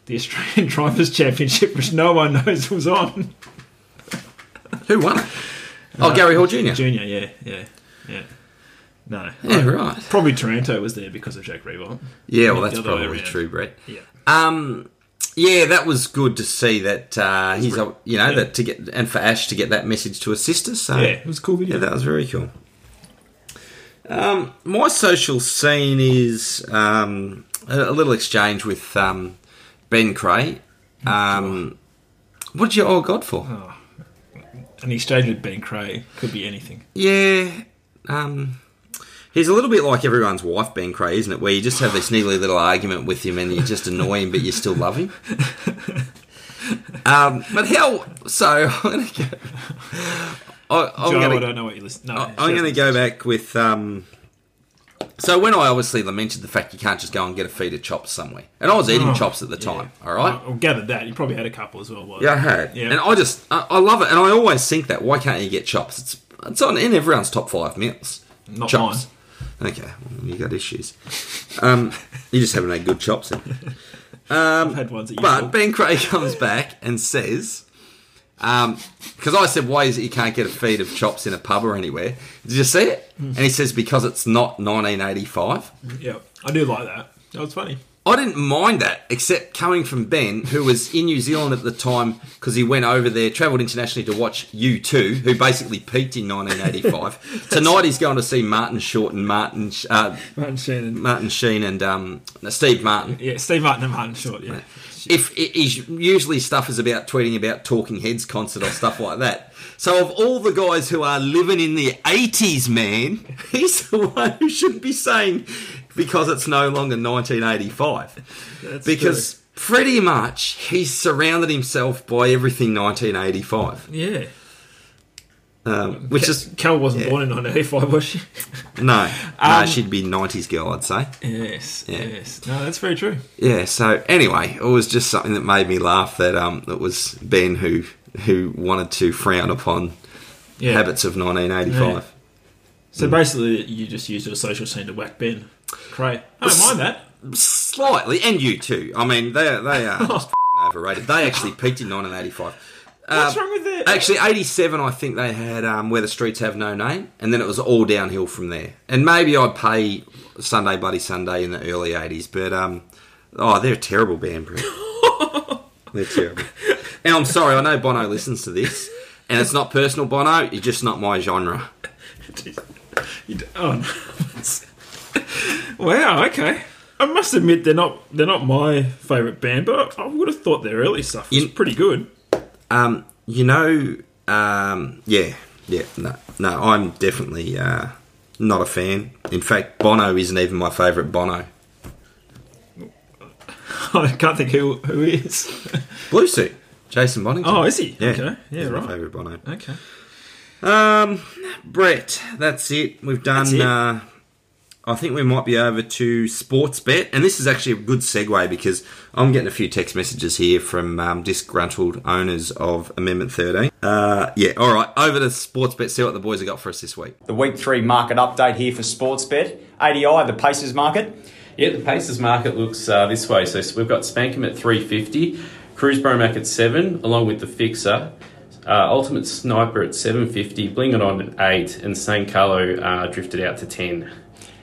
Speaker 2: The Australian Drivers' Championship, which no one knows was on.
Speaker 3: Who won it? Oh, Gary Hall Jr.
Speaker 2: Uh, Junior, yeah, yeah, yeah. No.
Speaker 3: Yeah, Oh, right.
Speaker 2: Probably Taranto was there because of Jack Revolt.
Speaker 3: Yeah, well, that's
Speaker 2: The other way
Speaker 3: probably
Speaker 2: around.
Speaker 3: true, Brett.
Speaker 2: Yeah.
Speaker 3: Um, yeah, that was good to see that uh, he's, uh, you know,
Speaker 2: yeah.
Speaker 3: that to get and for Ash to get that message to his sister. So
Speaker 2: Yeah, it was a cool video.
Speaker 3: Yeah, that was very cool. Um, my social scene is um, a, a little exchange with um, Ben Cray. Um, what did you owe God for?
Speaker 2: An exchange with Ben Cray could be anything.
Speaker 3: Yeah. Um, he's a little bit like everyone's wife, Ben Cray, isn't it? Where you just have this needly little argument with him and you just annoy him, but you still love him. Um, but how? So I'm going to go. I, I'm
Speaker 2: Joe,
Speaker 3: gonna,
Speaker 2: I don't know what you listen. No,
Speaker 3: I- I'm going to go back with. Um, so when I obviously lamented the fact you can't just go and get a feed of chops somewhere, and I was eating
Speaker 2: Oh,
Speaker 3: chops at the time. All right.
Speaker 2: I, I gathered that you probably had a couple as well.
Speaker 3: Yeah, I had.
Speaker 2: Yeah.
Speaker 3: And I just, I, I love it. And I always think that, why can't you get chops? It's, it's on in everyone's top five meals.
Speaker 2: Not
Speaker 3: chops. Okay, well, you got issues. Um, you just haven't had good chops then.
Speaker 2: I've had ones that you.
Speaker 3: But
Speaker 2: But,
Speaker 3: Ben Cray comes back and says, because I said, why is it you can't get a feed of chops in a pub or anywhere? Did you see it?
Speaker 2: Hmm.
Speaker 3: And he says, because it's not 1985.
Speaker 2: yeah, I do like that. That was funny.
Speaker 3: I didn't mind that, except coming from Ben, who was in New Zealand at the time because he went over there, travelled internationally to watch U2, who basically peaked in 1985. Tonight he's going to see Martin Short and Martin uh,
Speaker 2: Martin Shannon.
Speaker 3: Martin Sheen and um, Steve Martin.
Speaker 2: Yeah, Steve Martin and Martin Short. Yeah.
Speaker 3: If it is usually stuff is about tweeting about Talking Heads concert or stuff like that. So of all the guys who are living in the 80s, man, he's the one who should be saying because it's no longer 1985
Speaker 2: That's
Speaker 3: because pretty much he's surrounded himself by everything 1985,
Speaker 2: true. yeah,
Speaker 3: um, which is
Speaker 2: Cal wasn't born in 1985, was she?
Speaker 3: no, no,
Speaker 2: Um,
Speaker 3: she'd be 90s girl, I'd say.
Speaker 2: yes, yes. No, that's very true.
Speaker 3: Yeah. So anyway, it was just something that made me laugh that um that was Ben who who wanted to frown upon
Speaker 2: Yeah.
Speaker 3: habits of 1985.
Speaker 2: So basically, you just used your social scene to whack Ben. Cray. I don't mind that.
Speaker 3: Slightly, and you too. I mean, they they are just f***ing overrated. They actually peaked in 1985.
Speaker 2: What's
Speaker 3: Uh,
Speaker 2: wrong with that?
Speaker 3: Actually, 87, I think they had um, Where the Streets Have No Name, and then it was all downhill from there. And maybe I'd pay Sunday Bloody Sunday in the early 80s, but um, oh, they're a terrible band, Brett. they're terrible. And I'm sorry, I know Bono listens to this, and it's not personal, Bono, it's just not my genre.
Speaker 2: You d- oh, no. wow. Okay. I must admit they're not they're not my favourite band, but I, I would have thought their early stuff was
Speaker 3: You-
Speaker 2: pretty good.
Speaker 3: Um, you know, um, yeah, yeah, no, no, I'm definitely uh, not a fan. In fact, Bono isn't even my favourite Bono.
Speaker 2: I can't think who who is.
Speaker 3: Blue Suit, Jason Bonington.
Speaker 2: Oh, is he?
Speaker 3: Yeah,
Speaker 2: Okay. Yeah.
Speaker 3: he's
Speaker 2: right. Uh,
Speaker 3: My favourite Bono.
Speaker 2: Okay.
Speaker 3: Um, Brett, that's it. We've done.
Speaker 2: it.
Speaker 3: Uh, I think we might be over to sports bet, and this is actually a good segue because I'm getting a few text messages here from um, disgruntled owners of Amendment 13. Uh, yeah, all right, over to sports bet. See what the boys have got for us this week.
Speaker 6: The week three market update here for Sportsbet. ADI, the Pacers market.
Speaker 7: Yeah, the Pacers market looks uh, this way. So we've got Spankham at 350, Cruz Bromack at 7, along with the Fixer, uh, Ultimate Sniper at 750, Bling It On at 8, and San Carlo uh, drifted out to 10.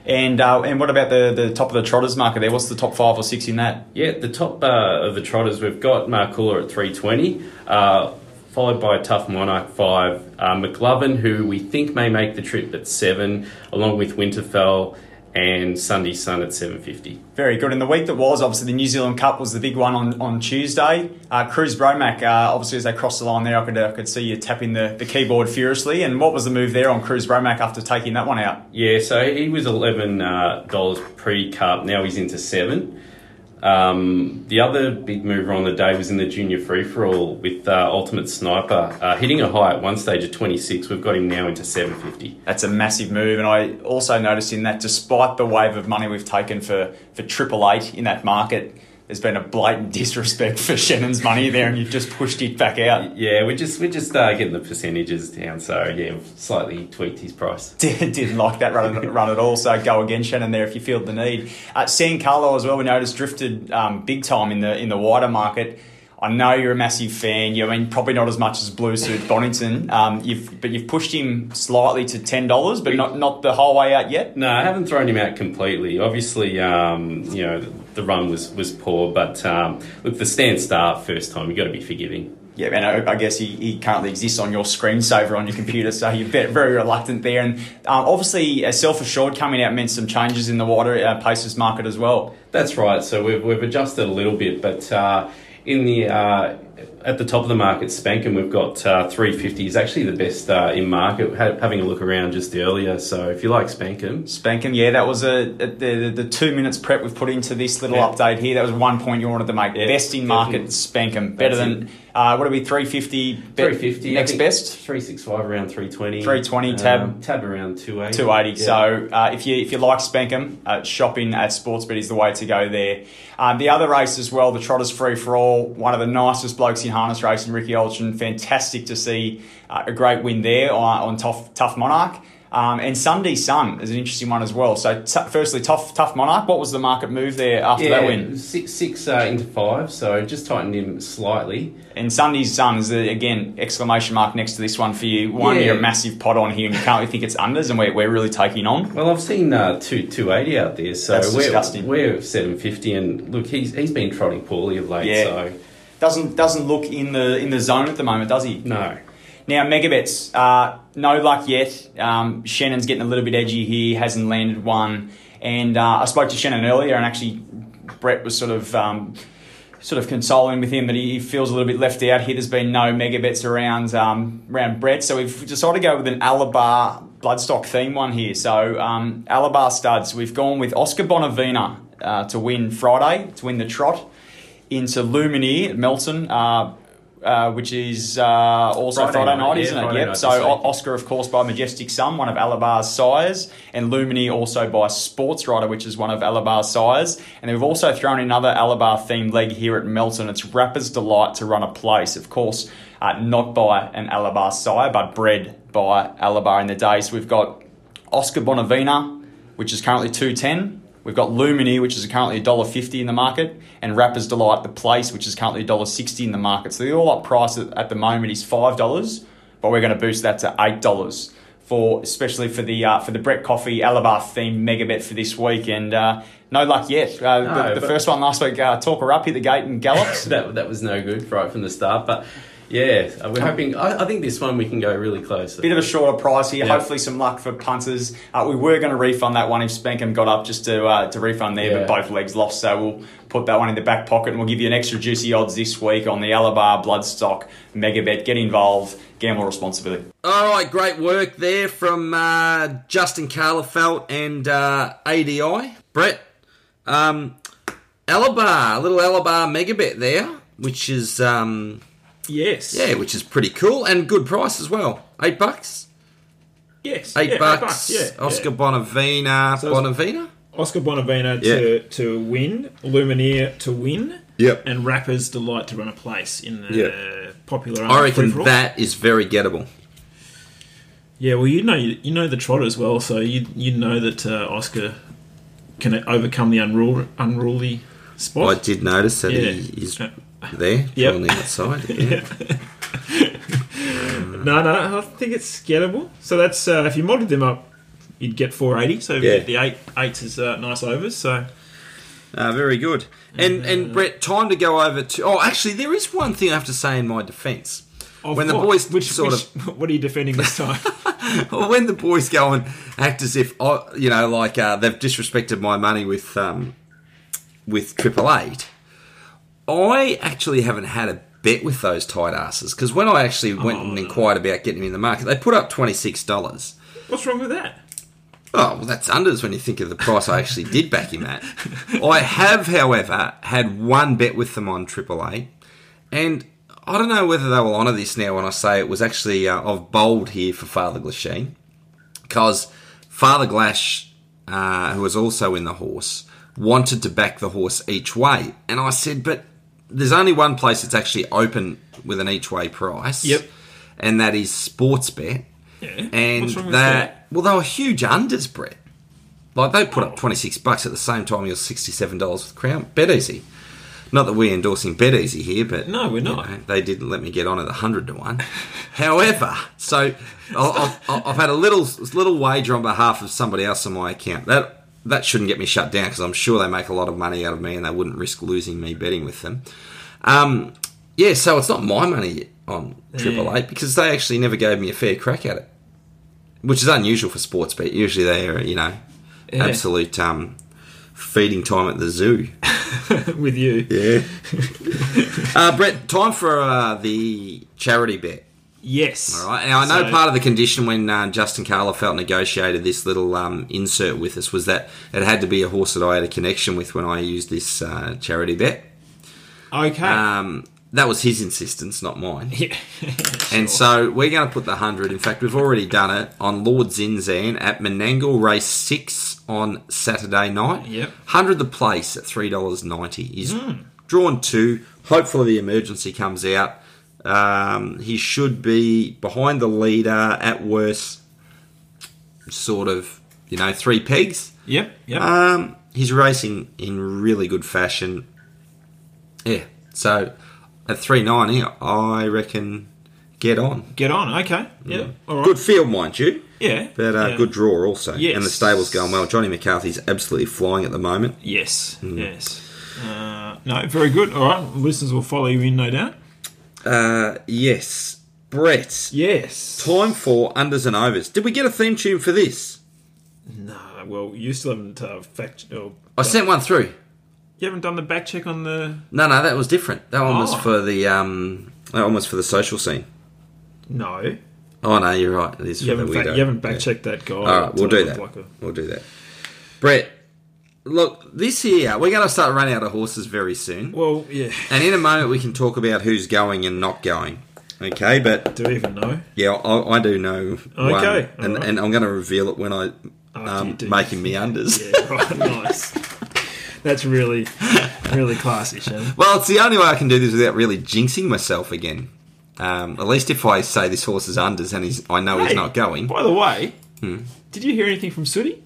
Speaker 6: And uh, and what about the, the top of the Trotters market there? What's the top five or six in that?
Speaker 7: Yeah, the top uh, of the trotters, we've got Markula at 320, uh, followed by Tough Monarch 5, uh, McLovin, who we think may make the trip at 7, along with Winterfell and Sunday Sun at 750.
Speaker 6: Very good. And the week that was, obviously, the New Zealand Cup was the big one on, on Tuesday. Uh, Cruz Bromack, uh, obviously, as they crossed the line there, I could, I could see you tapping the, the keyboard furiously. And what was the move there on Cruz Bromack after taking that one out?
Speaker 7: Yeah, so he was eleven uh, dollars pre cup. Now he's into seven. Um, the other big mover on the day was in the junior free for all with uh, Ultimate Sniper uh, hitting a high at one stage of twenty six. We've got him now into seven fifty.
Speaker 6: That's a massive move. And I also noticed in that, despite the wave of money we've taken for, for Triple Eight in that market, there's been a blatant disrespect for Shannon's money there, and you've just pushed it back out.
Speaker 7: Yeah, we're just we're just uh, getting the percentages down. So yeah, we've slightly tweaked his price.
Speaker 6: Did- Didn't like that run, run at all, so go again, Shannon. There, if you feel the need. Uh, San Carlo as well, we noticed drifted um, big time in the in the wider market. I know you're a massive fan. You I mean probably not as much as Blue Suit Bonington. Um, you've but you've pushed him slightly to ten dollars, but not not the whole way out yet.
Speaker 7: No, I haven't thrown him out completely. Obviously, um, you know the run was was poor, but um, look, the stand start first time. You got to be forgiving.
Speaker 6: Yeah, and I, I guess he, he currently exists on your screensaver on your computer, so you're ve- very reluctant there. And um, obviously, uh, Self Assured coming out meant some changes in the wider uh, Pacers market as well.
Speaker 7: That's right. So we've, we've adjusted a little bit, but uh, in the uh, at the top of the market, Spankin, we've got uh, 350 is actually the best uh, in market. Ha- having a look around just earlier, so if you like um, Spankin,
Speaker 6: Spanking, yeah, that was a, a the, the two minutes prep we've put into this little
Speaker 7: Yeah.
Speaker 6: update here. That was one point you wanted to make. best in market,
Speaker 7: definitely.
Speaker 6: Spankum. Better
Speaker 7: That's
Speaker 6: than uh, what are we? Three fifty.
Speaker 7: 350 I
Speaker 6: Next
Speaker 7: think
Speaker 6: best.
Speaker 7: 365 around 320,
Speaker 6: 320, tab.
Speaker 7: tab around 280,
Speaker 6: Two eighty.
Speaker 7: Yeah.
Speaker 6: So uh, if you if you like Spankum, uh, shopping at Sportsbet is the way to go there. Um, the other race as well, the Trotters Free for All, one of the nicest blokes in harness racing, Ricky Olchin. Fantastic to see uh, a great win there on, on Tough Tough Monarch. Um, and Sunday Sun is an interesting one as well. So, t- firstly, Tough Tough Monarch. What was the market move there after
Speaker 7: yeah,
Speaker 6: that win?
Speaker 7: six six uh, into five, so just tightened him slightly.
Speaker 6: And Sunday's Sun is the, again exclamation mark next to this one for you. One,
Speaker 7: Yeah.
Speaker 6: you're a massive pot on here, and you can't really think it's unders, and we're, we're really taking on.
Speaker 7: Well, I've seen uh, two two eighty out there, so
Speaker 6: That's
Speaker 7: we're
Speaker 6: disgusting.
Speaker 7: we're seven fifty, and look, he's he's been trotting poorly of late,
Speaker 6: Yeah.
Speaker 7: so
Speaker 6: Doesn't doesn't look in the in the zone at the moment, does he?
Speaker 7: no.
Speaker 6: Now megabets, uh, no luck yet. Um, Shannon's getting a little bit edgy here, hasn't landed one. And uh, I spoke to Shannon earlier, and actually Brett was sort of um, sort of consoling with him that he he feels a little bit left out here. There's been no megabets around um, around Brett, so we've decided to go with an Alabar bloodstock theme one here. So um, Alabar studs, we've gone with Oscar Bonavina uh, to win Friday to win the trot into Lumineer at Melton. Uh, uh, which is uh, also Friday,
Speaker 7: Friday night,
Speaker 6: night,
Speaker 7: yeah,
Speaker 6: isn't
Speaker 7: Friday
Speaker 6: it? Yep.
Speaker 7: night
Speaker 6: So
Speaker 7: this
Speaker 6: O-
Speaker 7: week.
Speaker 6: Oscar, of course, by Majestic Sun, one of Alabar's sires, and Lumini also by Sports Rider, which is one of Alabar's sires. And they've also thrown another Alabar themed leg here at Melton. It's Rapper's Delight to run a place, of course, uh, not by an Alabar sire, but bred by Alabar in the day. So we've got Oscar Bonavina, which is currently two ten. We've got Lumini, which is currently $1.50 in the market, and Rapper's Delight, the place, which is currently $1.60 in the market. So the all-up price at, at the moment is five dollars, but we're going to boost that to eight dollars for especially for the uh, for the Brett Coffee Alabar themed mega bet for this week. And uh, No luck yet. Uh,
Speaker 7: No,
Speaker 6: the, the
Speaker 7: but-
Speaker 6: first one last week, uh, Torper up, hit the gate and gallops.
Speaker 7: That that was no good right from the start, but yeah, uh, we're hoping. I, I think this one we can go really close.
Speaker 6: Bit of a shorter price here.
Speaker 7: Yeah.
Speaker 6: Hopefully, some luck for punters. Uh, we were going to refund that one if Spankham got up just to uh, to refund there,
Speaker 7: Yeah.
Speaker 6: but both legs lost. So we'll put that one in the back pocket, and we'll give you an extra juicy odds this week on the Alabar Bloodstock Mega Bet. Get involved, gamble responsibly.
Speaker 3: All right, great work there from uh, Justin Carlefelt and uh, ADI. Brett, um, Alabar, a little Alabar megabit there, which is um,
Speaker 2: Yes.
Speaker 3: yeah, which is pretty cool and good price as well. Eight bucks,
Speaker 2: Yes.
Speaker 3: eight
Speaker 2: yeah,
Speaker 3: bucks.
Speaker 2: Yeah.
Speaker 3: Oscar
Speaker 2: yeah.
Speaker 3: Bonavina,
Speaker 2: So it's-
Speaker 3: Bonavina.
Speaker 2: Oscar Bonavina to, to win, Lumineer to win,
Speaker 3: Yep.
Speaker 2: and Rappers Delight to run a place in the
Speaker 3: Yeah.
Speaker 2: popular.
Speaker 3: I reckon
Speaker 2: free-for-all.
Speaker 3: that is very gettable.
Speaker 2: Yeah, well, you know, you know the trot as well, so you you know that uh, Oscar can overcome the unruly unruly
Speaker 3: I
Speaker 2: spot.
Speaker 3: did notice that
Speaker 2: Yeah.
Speaker 3: he is there
Speaker 2: Yep.
Speaker 3: on the outside. Yeah. Mm.
Speaker 2: No, no, I think it's gettable. So that's uh, if you modded them up, you'd get 480. So
Speaker 3: Yeah.
Speaker 2: the eight eights is uh, nice overs. So
Speaker 3: Uh, very good. And
Speaker 2: Mm-hmm.
Speaker 3: and Brett, time to go over to. Oh, actually, there is one thing I have to say in my defence.
Speaker 2: Of
Speaker 3: When the
Speaker 2: what-
Speaker 3: boys
Speaker 2: which,
Speaker 3: sort
Speaker 2: which, what are you defending this time?
Speaker 3: Well, when the boys go and act as if I, you know, like uh, they've disrespected my money with um, with triple eight, I actually haven't had a bet with those tight asses because when I actually went
Speaker 2: Oh,
Speaker 3: and inquired about getting them in the market, they put up twenty six dollars.
Speaker 2: What's wrong with that?
Speaker 3: Oh, well, that's unders when you think of the price I actually did back him at. I have, however, had one bet with them on AAA, and I don't know whether they will honour this now when I say it was actually uh, I've bowled here for Father Glasheen because Father Glash, uh, who was also in the horse, wanted to back the horse each way, and I said, but there's only one place that's actually open with an each way price.
Speaker 2: Yep.
Speaker 3: And that is Sportsbet
Speaker 2: Yeah.
Speaker 3: and
Speaker 2: What's wrong with
Speaker 3: that well, they were huge unders, Brett. Like they
Speaker 2: Oh.
Speaker 3: put up twenty six bucks at the same time you're sixty seven dollars with Crown Bet Easy. Not that we're endorsing Bet Easy here, but
Speaker 2: No, we're
Speaker 3: you
Speaker 2: not.
Speaker 3: know, they didn't let me get on at the hundred to one. However, so I- I've, I've, I've had a little little wager on behalf of somebody else on my account that that shouldn't get me shut down because I'm sure they make a lot of money out of me and they wouldn't risk losing me betting with them. Um, yeah, so it's not my money on Triple Eight because they actually never gave me a fair crack at it, which is unusual for sports bet. Usually they are, you know,
Speaker 2: Yeah.
Speaker 3: absolute um, feeding time at the zoo.
Speaker 2: that? with you?
Speaker 3: Yeah. uh, Brett, time for uh, the charity bet.
Speaker 2: Yes.
Speaker 3: All right. Now, I know
Speaker 2: So-
Speaker 3: part of the condition when uh, Justin Carlefelt negotiated this little um, insert with us was that it had to be a horse that I had a connection with when I used this uh, charity bet.
Speaker 2: Okay.
Speaker 3: Um, that was his insistence, not mine.
Speaker 2: Yeah.
Speaker 3: And so we're going to put the 100. In fact, we've already done it on Lord Zinzan at Menangle Race 6 on Saturday night.
Speaker 2: Yep.
Speaker 3: 100 the place at $3.90. He's drawn two. Hopefully, the emergency comes out. Um, he should be behind the leader at worst, sort of, you know, three pegs.
Speaker 2: yep. Yep.
Speaker 3: Um, he's racing in really good fashion. Yeah. So at three ninety, I reckon get on.
Speaker 2: Get on. Okay. Yeah. All right.
Speaker 3: Mm. Good field, mind you,
Speaker 2: Yeah.
Speaker 3: but uh,
Speaker 2: yeah.
Speaker 3: good draw also.
Speaker 2: Yes.
Speaker 3: And the stable's going well. Johnny McCarthy's absolutely flying at the moment.
Speaker 2: Yes.
Speaker 3: Hmm.
Speaker 2: Yes. Uh, no. Very good. All right. Listeners will follow you in, no doubt.
Speaker 3: Uh, yes, Brett.
Speaker 2: Yes.
Speaker 3: Time for unders and overs. Did we get a theme tune for this?
Speaker 2: No. Well, you still haven't uh, fact. Or,
Speaker 3: I sent one through.
Speaker 2: you haven't done the back check on the.
Speaker 3: No, no, that was different. That one was
Speaker 2: Oh.
Speaker 3: for the um, that one was for the social scene.
Speaker 2: No. You
Speaker 3: Oh no, you're right. It is for the
Speaker 2: haven't. Fa-
Speaker 3: weirdo.
Speaker 2: you haven't
Speaker 3: Yeah.
Speaker 2: back checked that guy.
Speaker 3: All right, we'll
Speaker 2: to
Speaker 3: do
Speaker 2: look
Speaker 3: that.
Speaker 2: like a-
Speaker 3: We'll do that. Brett, look, this year we're going to start running out of horses very soon,
Speaker 2: well, yeah.
Speaker 3: and in a moment we can talk about who's going and not going. Okay, but
Speaker 2: Do you even know?
Speaker 3: yeah, I, I do know one,
Speaker 2: Okay,
Speaker 3: and,
Speaker 2: all right.
Speaker 3: and I'm going to reveal it when I
Speaker 2: After you
Speaker 3: um,
Speaker 2: do.
Speaker 3: making me unders.
Speaker 2: Yeah. Right. nice. That's really, really classy, Shannon.
Speaker 3: Well, it's the only way I can do this without really jinxing myself again. Um, at least if I say this horse is unders and he's, I know
Speaker 2: Hey,
Speaker 3: he's not going. Hmm.
Speaker 2: By the way, did you hear anything from Sooty?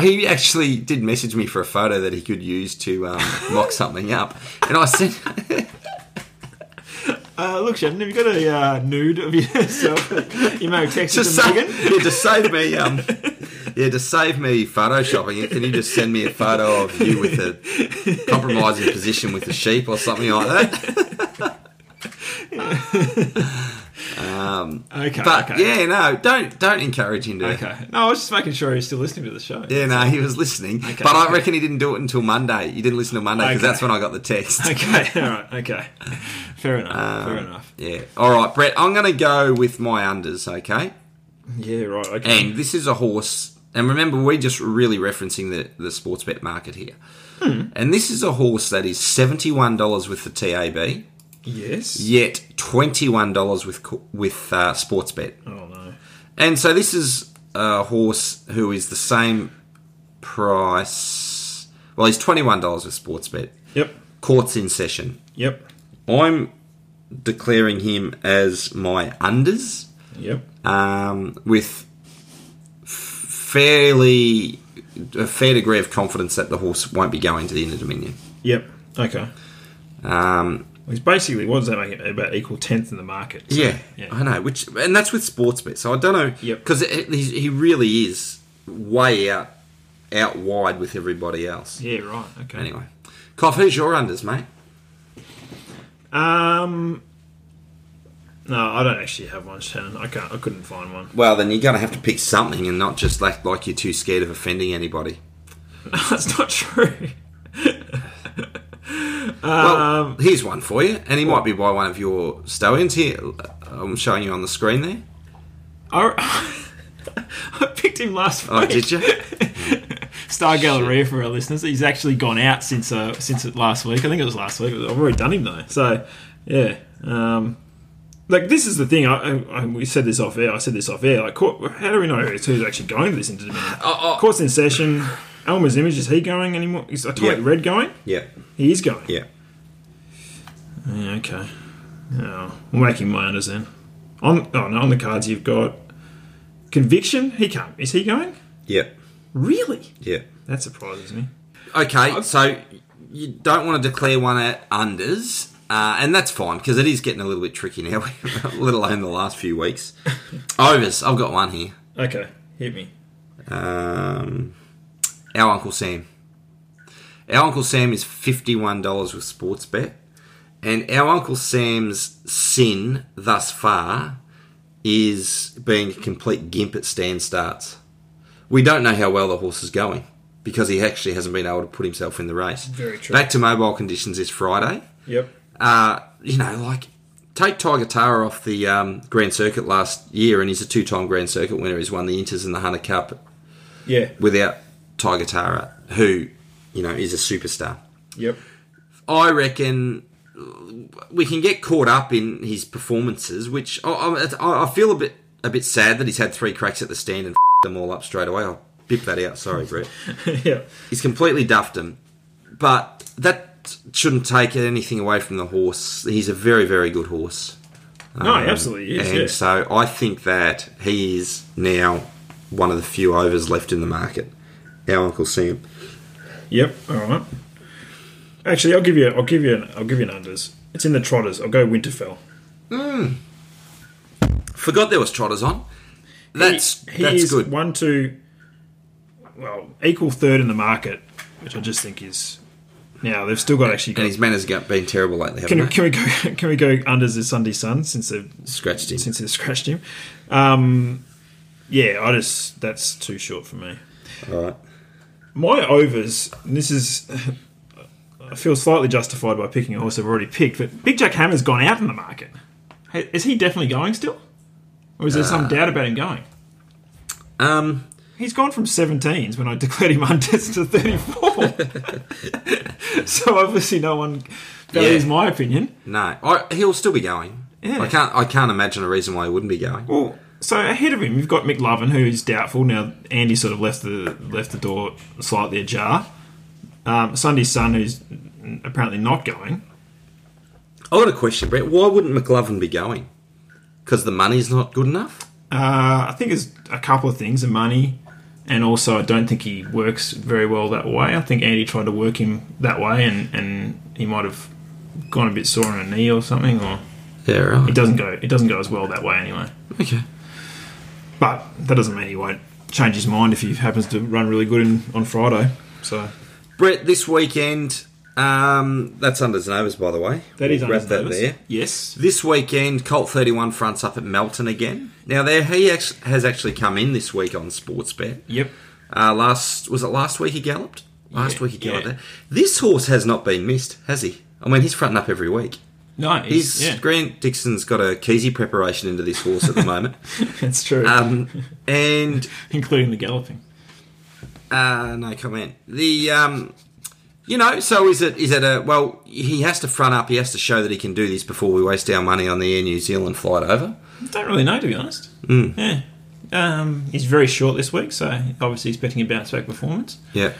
Speaker 3: He actually did message me for a photo that he could use to um, mock something up, and I said.
Speaker 2: Uh, look, Shannon, have you got a uh, nude of yourself? you may have texted to
Speaker 3: just say,
Speaker 2: Megan.
Speaker 3: yeah, just say to me, um, Yeah, to save me photoshopping it, can you just send me a photo of you with a compromising position with a sheep or something like that?
Speaker 2: Okay.
Speaker 3: Um, But
Speaker 2: okay.
Speaker 3: yeah, no, don't don't encourage him to.
Speaker 2: Okay. No, I was just making sure he's still listening to the show.
Speaker 3: Yeah, no, he was listening, but I reckon he didn't do it until Monday. You didn't listen to Monday because
Speaker 2: Okay.
Speaker 3: that's when I got the text.
Speaker 2: Okay. All right. Okay. Fair enough. fair
Speaker 3: Um,
Speaker 2: enough.
Speaker 3: Yeah. All right, Brett. I'm going to go with my unders. Okay.
Speaker 2: Yeah. Right. Okay.
Speaker 3: And this is a horse. And remember, we're just really referencing the, the sports bet market here.
Speaker 2: Hmm.
Speaker 3: And this is a horse that is $71 with the TAB,
Speaker 2: yes.
Speaker 3: yet $21 with co- with uh, sports bet.
Speaker 2: Oh no.
Speaker 3: And so this is a horse who is the same price. Well, he's $21 with sports bet.
Speaker 2: Yep.
Speaker 3: Courts in session.
Speaker 2: Yep.
Speaker 3: I'm declaring him as my unders.
Speaker 2: Yep.
Speaker 3: um, with f- fairly a fair degree of confidence that the horse won't be going to the Inner Dominion.
Speaker 2: Yep. Okay.
Speaker 3: Um,
Speaker 2: He's basically what does that make it about equal tenth in the market? So,
Speaker 3: yeah, I
Speaker 2: Yeah.
Speaker 3: know. Which and that's with Sportsbet. So I don't know
Speaker 2: Yep.
Speaker 3: because he he really is way out out wide with everybody else.
Speaker 2: Yeah. Right. Okay.
Speaker 3: Anyway, Coff, who's your unders, mate?
Speaker 2: Um. No, I don't actually have one, Shannon. I can't. I couldn't find one.
Speaker 3: Well, then you're going to have to pick something and not just like like you're too scared of offending anybody.
Speaker 2: That's not true.
Speaker 3: well, here's one for you, and he might be by one of your stallions. Here, I'm showing you on the screen there.
Speaker 2: I, I picked him last week.
Speaker 3: Oh, did you?
Speaker 2: Star Galleria for our listeners. He's actually gone out since uh, since it last week. I think it was last week. I've already done him though. So yeah, um, like this is the thing. I, I, I we said this off air. I said this off air. Like, cor- how do we know who's who's actually going to this interview?
Speaker 3: oh.
Speaker 2: Course in session. Elmer's image is he going anymore? Is Atomic
Speaker 3: Yeah.
Speaker 2: Red going?
Speaker 3: Yeah,
Speaker 2: He is going.
Speaker 3: yeah.
Speaker 2: Yeah, okay. Oh, I'm making my unders then. On oh no, on the cards you've got conviction. He can't. Is he going?
Speaker 3: Yeah,
Speaker 2: Really?
Speaker 3: yeah.
Speaker 2: That surprises me.
Speaker 3: Okay, so you don't want to declare one at unders, uh, and that's fine because it is getting a little bit tricky now, let alone the last few weeks. Overs, I've got one here.
Speaker 2: Okay, hit me.
Speaker 3: Um, our Uncle Sam. Our Uncle Sam is $51 with sports bet, and our Uncle Sam's sin thus far is being a complete gimp at stand starts. We don't know how well the horse is going because he actually hasn't been able to put himself in the race.
Speaker 2: Very true.
Speaker 3: Back to mobile conditions this Friday
Speaker 2: Yep.
Speaker 3: uh, you know, like take Tiger Tara off the um, Grand Circuit last year, and he's a two-time Grand Circuit winner. He's won the Inters and the Hunter Cup
Speaker 2: Yeah.
Speaker 3: without Tiger Tara, who you know is a superstar.
Speaker 2: Yep.
Speaker 3: I reckon we can get caught up in his performances, which I, I, I feel a bit a bit sad that he's had three cracks at the stand and them all up straight away. I'll bip that out. Sorry, Brett.
Speaker 2: yeah.
Speaker 3: He's completely duffed him, but that shouldn't take anything away from the horse. He's a very, very good horse.
Speaker 2: No, he absolutely is.
Speaker 3: Um, and
Speaker 2: yeah.
Speaker 3: so I think that he is now one of the few overs left in the market. Our Uncle Sam.
Speaker 2: Yep. All right. Actually, I'll give you. I'll give you. An, I'll give you an unders. It's in the trotters. I'll go Winterfell.
Speaker 3: Forgot there was trotters on. That's
Speaker 2: he, he
Speaker 3: that's
Speaker 2: is
Speaker 3: good.
Speaker 2: One to well equal third in the market, which I just think is now they've still got actually.
Speaker 3: and
Speaker 2: Got,
Speaker 3: his manners have been terrible lately, haven't
Speaker 2: can,
Speaker 3: they?
Speaker 2: can we go? Can we go unders the Sunday Sun since they've
Speaker 3: Scratched him.
Speaker 2: since they've scratched him? Um, yeah, I just that's too short for me.
Speaker 3: All right.
Speaker 2: My overs, and this is, I feel slightly justified by picking a horse I've already picked, but Big Jack Hammer's gone out in the market. Hey, is he definitely going still? Or is there some doubt about him going?
Speaker 3: Um,
Speaker 2: He's gone from 17s when I declared him untested to 34. so obviously no one values
Speaker 3: Yeah.
Speaker 2: my opinion.
Speaker 3: no, I, he'll still be going.
Speaker 2: Yeah.
Speaker 3: I can't. I can't imagine a reason why he wouldn't be going.
Speaker 2: Well, so ahead of him, you've got McLovin, who is doubtful. Now, Andy sort of left the left the door slightly ajar. Um, Sunday Sun, who's apparently not going.
Speaker 3: I got a question, Brett. Why wouldn't McLovin be going? Because the money's not good enough.
Speaker 2: Uh, I think there's a couple of things: the money, and also I don't think he works very well that way. I think Andy tried to work him that way, and, and he might have gone a bit sore on a knee or something, or
Speaker 3: Yeah, right.
Speaker 2: it doesn't go it doesn't go as well that way anyway.
Speaker 3: Okay.
Speaker 2: But that doesn't mean he won't change his mind if he happens to run really good in, on Friday. So
Speaker 3: Brett, this weekend, um, that's under Zenovas, by the way.
Speaker 2: that is
Speaker 3: We'll
Speaker 2: under
Speaker 3: wrap that
Speaker 2: Davis.
Speaker 3: there.
Speaker 2: Yes.
Speaker 3: This weekend, Colt 31 fronts up at Melton again. Now, there he act- has actually come in this week on Sportsbet.
Speaker 2: Yep.
Speaker 3: Uh, last was it last week he galloped? Last
Speaker 2: Yeah,
Speaker 3: week he galloped.
Speaker 2: yeah.
Speaker 3: This horse has not been missed, has he? I mean, he's fronting up every week.
Speaker 2: No,
Speaker 3: He's
Speaker 2: he's, yeah,
Speaker 3: Grant Dixon's got a Keezy preparation into this horse at the moment,
Speaker 2: that's true,
Speaker 3: um, and
Speaker 2: including the galloping.
Speaker 3: Uh, no comment. The um, you know, so is it is it a well? He has to front up. He has to show that he can do this before we waste our money on the Air New Zealand flight over.
Speaker 2: Don't really know, to be honest. Yeah. Um, he's very short this week, so obviously expecting a bounce back performance.
Speaker 3: Yeah,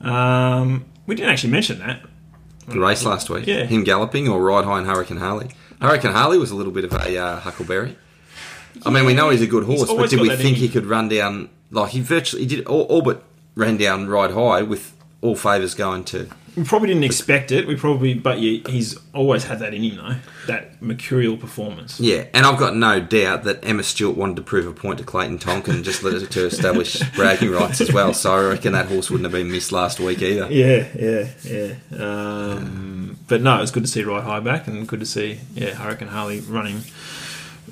Speaker 2: Um, we didn't actually mention that.
Speaker 3: the race last week.
Speaker 2: Yeah.
Speaker 3: him galloping or ride high in Hurricane Harley. Hurricane Harley was a little bit of a uh, huckleberry. I mean, we know he's a good horse, but
Speaker 2: always
Speaker 3: did
Speaker 2: got
Speaker 3: we
Speaker 2: that in
Speaker 3: think he
Speaker 2: him.
Speaker 3: could run down? Like he virtually he did all, all but ran down ride high with all favours going to.
Speaker 2: We probably didn't expect it. We probably, but yeah, he's always had that in him, though. That mercurial performance.
Speaker 3: Yeah, and I've got no doubt that Emma Stewart wanted to prove a point to Clayton Tonkin just let it to establish bragging rights as well. So I reckon that horse wouldn't have been missed last week either.
Speaker 2: Yeah, yeah, yeah. Um, but no, it's good to see Right High back, and good to see yeah Hurricane Harley running,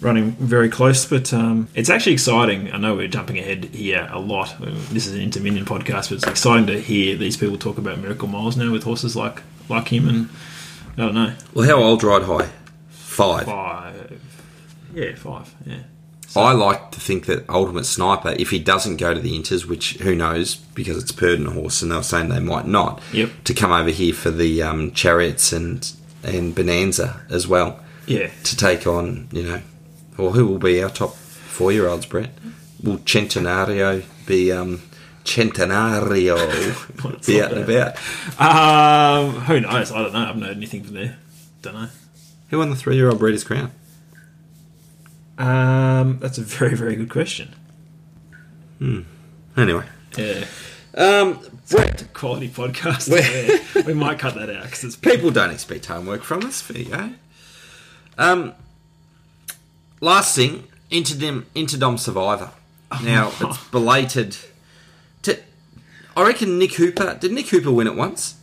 Speaker 2: running very close. But um, it's actually exciting. I know we're jumping ahead here a lot. This is an interminion podcast, but it's exciting to hear these people talk about Miracle Miles now with horses like like him and I don't know
Speaker 3: Well, how old ride high? Five.
Speaker 2: five, yeah five, yeah.
Speaker 3: I like to think that Ultimate Sniper, if he doesn't go to the Inters, which who knows because it's Purden horse, and they were saying they might not,
Speaker 2: Yep.
Speaker 3: to come over here for the um, chariots and and Bonanza as well
Speaker 2: Yeah,
Speaker 3: to take on, you know, or who will be our top four year olds, Brett? Will Centenario be um, Centenario?
Speaker 2: What's
Speaker 3: be
Speaker 2: up
Speaker 3: out and about.
Speaker 2: Um, who knows? I don't know. I haven't heard anything from there. Don't know.
Speaker 3: Who won the three year old Breeders' Crown?
Speaker 2: Um, that's a very, very good question.
Speaker 3: Anyway.
Speaker 2: Yeah,
Speaker 3: Um, Brett,
Speaker 2: quality podcast.
Speaker 3: Well-
Speaker 2: Yeah. we might cut that out because it's
Speaker 3: people don't expect homework from us. There you go. Um, last thing, Interdom, Interdom Survivor. Now, it's belated. To, I reckon Nick Hooper. Did Nick Hooper win it once?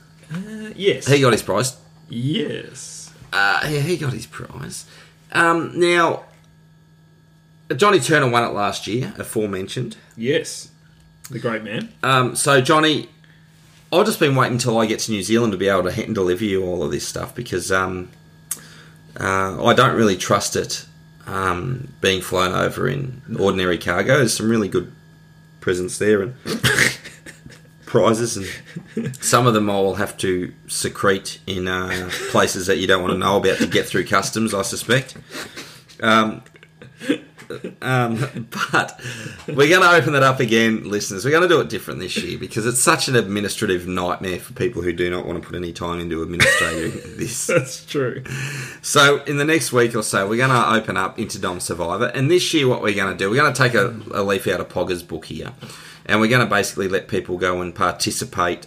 Speaker 2: yes,
Speaker 3: He got his prize.
Speaker 2: yes.
Speaker 3: Uh, yeah, he got his prize. Um, now, Johnny Turner won it last year, aforementioned.
Speaker 2: Yes, the great man.
Speaker 3: Um, so, Johnny, I've just been waiting until I get to New Zealand to be able to hand deliver you all of this stuff because um, uh, I don't really trust it um, being flown over in ordinary cargo. There's some really good presents there and prizes, and some of them I will have to secrete in uh, places that you don't want to know about to get through customs, I suspect. Um, uh, um, but we're going to open that up again, listeners. We're going to do it different this year because it's such an administrative nightmare for people who do not want to put any time into administrating this.
Speaker 2: That's true.
Speaker 3: So in the next week or so, we're going to open up Interdom Survivor, and this year what we're going to do, we're going to take a, a leaf out of Pogger's book here, and we're going to basically let people go and participate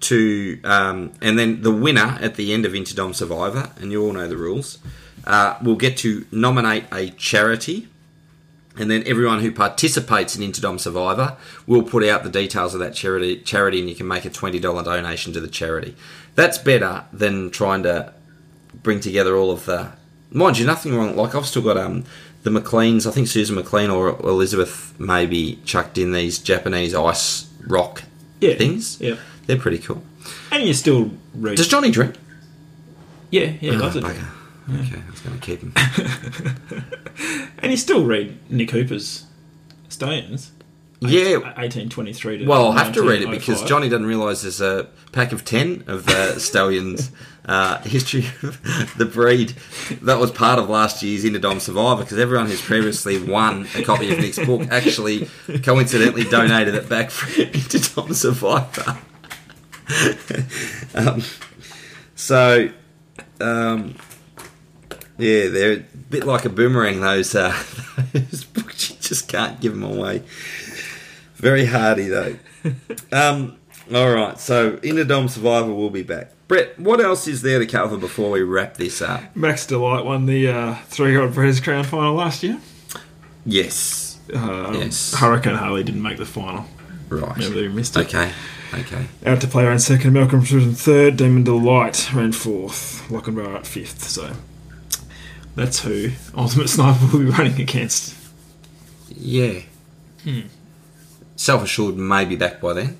Speaker 3: to, um, and then the winner at the end of Interdom Survivor, and you all know the rules, uh, will get to nominate a charity. And then everyone who participates in Interdom Survivor will put out the details of that charity, charity, and you can make a twenty dollar donation to the charity. That's better than trying to bring together all of the. Mind you, nothing wrong. Like I've still got um the McLeans. I think Susan McLean or Elizabeth maybe chucked in these Japanese ice rock
Speaker 2: Yeah.
Speaker 3: things.
Speaker 2: Yep.
Speaker 3: They're pretty cool.
Speaker 2: And you still read?
Speaker 3: Does Johnny drink?
Speaker 2: yeah, yeah, he loves
Speaker 3: Oh,
Speaker 2: it.
Speaker 3: bugger. Okay, I was going to keep him.
Speaker 2: And you still read Nick Hooper's Stallions,
Speaker 3: yeah.
Speaker 2: eighteen twenty-three. To
Speaker 3: Well, I'll have to read it because
Speaker 2: 1905.
Speaker 3: Johnny doesn't realise there's a pack of 10 of the Stallions' uh, history of the breed. That was part of last year's Interdom Survivor because everyone who's previously won a copy of Nick's book actually coincidentally donated it back for Interdom Survivor. um, so, um, yeah, they're a bit like a boomerang, those, uh, those books. You just can't give them away. Very hardy though. um, all right, so Interdom Survivor will be back. Brett, what else is there to cover before we wrap this up?
Speaker 2: Max Delight won the uh, three-year-old Breeders' Crown final last year.
Speaker 3: Yes,
Speaker 2: um,
Speaker 3: Yes.
Speaker 2: Hurricane Harley didn't make the final.
Speaker 3: Right.
Speaker 2: Maybe they missed it.
Speaker 3: Okay. Okay.
Speaker 2: Out to play ran second, Malcolm Fruit in third, Damon Delight ran fourth, Lochinbar at fifth. So that's who Ultimate Sniper will be running against.
Speaker 3: Yeah.
Speaker 2: Hmm.
Speaker 3: Self assured may be back by then.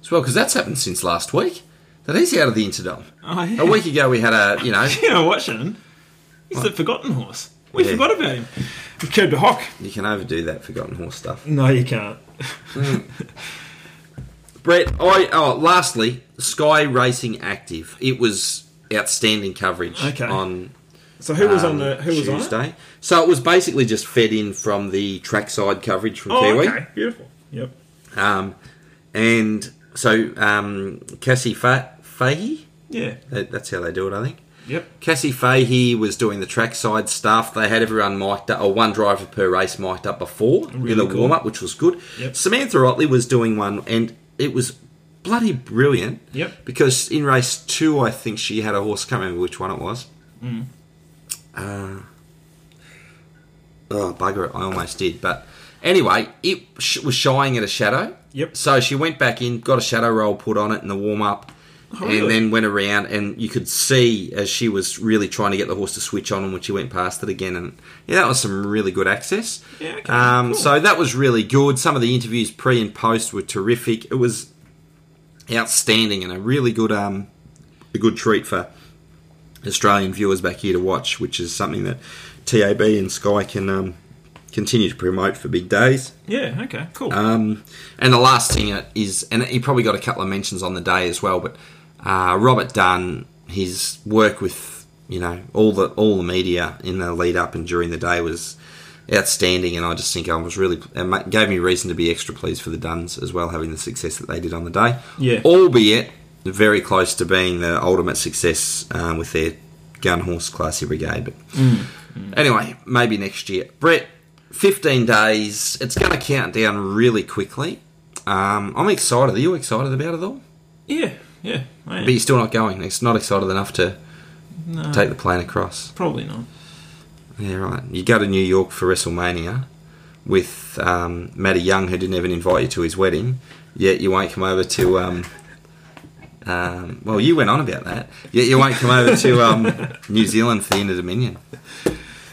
Speaker 3: As well, because that's happened since last week. That he's out of the Interdome.
Speaker 2: Oh, yeah.
Speaker 3: A week ago we had a, you know,
Speaker 2: You know what, Shannon? He's the forgotten horse. We
Speaker 3: Yeah.
Speaker 2: forgot about him. We Curb to Hawk.
Speaker 3: you can overdo that Forgotten Horse stuff.
Speaker 2: No, you can't.
Speaker 3: Brett, I oh, lastly, Sky Racing Active. It was outstanding coverage
Speaker 2: Okay.
Speaker 3: on
Speaker 2: So who was on
Speaker 3: um,
Speaker 2: the who was
Speaker 3: Tuesday.
Speaker 2: on it?
Speaker 3: So it was basically just fed in from the trackside coverage from
Speaker 2: Oh,
Speaker 3: Kiwi.
Speaker 2: okay, beautiful. Yep.
Speaker 3: Um, and so um, Cassie Fa- Fahey,
Speaker 2: Yeah.
Speaker 3: that, that's how they do it, I think.
Speaker 2: Yep.
Speaker 3: Cassie Fahey was doing the trackside stuff. They had everyone mic'd up, or one driver per race mic'd up before
Speaker 2: Really
Speaker 3: in the
Speaker 2: cool.
Speaker 3: warm up, which was good.
Speaker 2: Yep.
Speaker 3: Samantha Otley was doing one, and it was bloody brilliant.
Speaker 2: Yep.
Speaker 3: Because in race two, I think she had a horse. Can't remember which one it was.
Speaker 2: Mm.
Speaker 3: Uh, oh bugger! It, I almost did, but anyway, it sh- was shying at a shadow.
Speaker 2: Yep.
Speaker 3: So she went back in, got a shadow roll put on it in the warm up,
Speaker 2: really?
Speaker 3: and then went around, and you could see as she was really trying to get the horse to switch on, and when she went past it again, and yeah, that was some really good access.
Speaker 2: Yeah, okay,
Speaker 3: um,
Speaker 2: cool.
Speaker 3: So that was really good. Some of the interviews pre and post were terrific. It was outstanding and a really good um, a good treat for Australian viewers back here to watch, which is something that TAB and Sky can um, continue to promote for big days.
Speaker 2: Yeah, okay, cool.
Speaker 3: Um, and the last thing is, and he probably got a couple of mentions on the day as well, but uh, Robert Dunn, his work with you know all the all the media in the lead up and during the day was outstanding, and I just think I was really it ma- gave me reason to be extra pleased for the Duns as well, having the success that they did on the day.
Speaker 2: Yeah.
Speaker 3: albeit very close to being the ultimate success um, with their gun horse classy brigade, but. Anyway, maybe next year. Brett, 15 days. It's going to count down really quickly. Um, I'm excited. Are you excited about it all?
Speaker 2: yeah, yeah. I am.
Speaker 3: But you're still not going. It's not excited enough to
Speaker 2: No,
Speaker 3: take the plane across.
Speaker 2: probably not.
Speaker 3: Yeah, right. You go to New York for WrestleMania with um, Matty Young, who didn't even invite you to his wedding, yet you won't come over to. Um, um, well, you went on about that. Yet you won't come over to um, New Zealand for the Inter Dominion.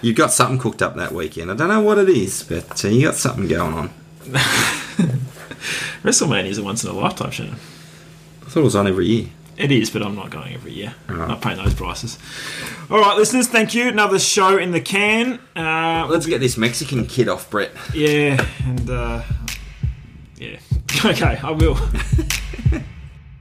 Speaker 3: You've got something cooked up that weekend. I don't know what it is, but uh, you got something going on.
Speaker 2: WrestleMania is a once in a lifetime, Shannon.
Speaker 3: I thought it was on every year.
Speaker 2: It is, but I'm not going every year. I'm not paying those prices. All right, listeners, thank you. Another show in the can. Uh,
Speaker 3: Let's get this Mexican kid off, Brett.
Speaker 2: yeah, and uh, yeah. Okay, I will.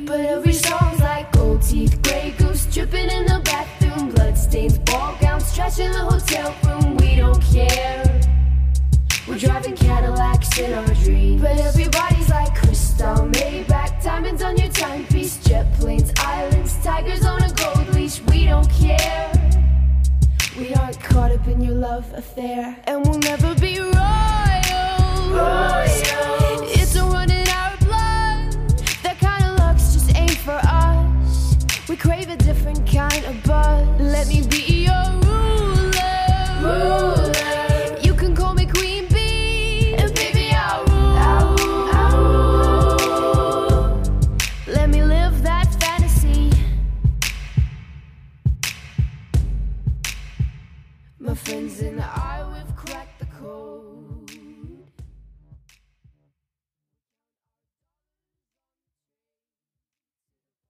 Speaker 1: But every song's like gold teeth, grey goose dripping in the bathroom, bloodstains, ball gowns, trash in the hotel room. We don't care. We're driving Cadillacs in our dreams. But everybody's like crystal, Maybach, diamonds on your timepiece, jet planes, islands, tigers on a gold leash. We don't care. We aren't caught up in your love affair, and we'll never be royals. It's a run in our blood. That kind of luck's just ain't for us. We crave a different kind of buzz. Let me be your ruler. You can call me Queen Bee, and baby I'll rule. Let me live that fantasy. My friends and I, we've cracked the code.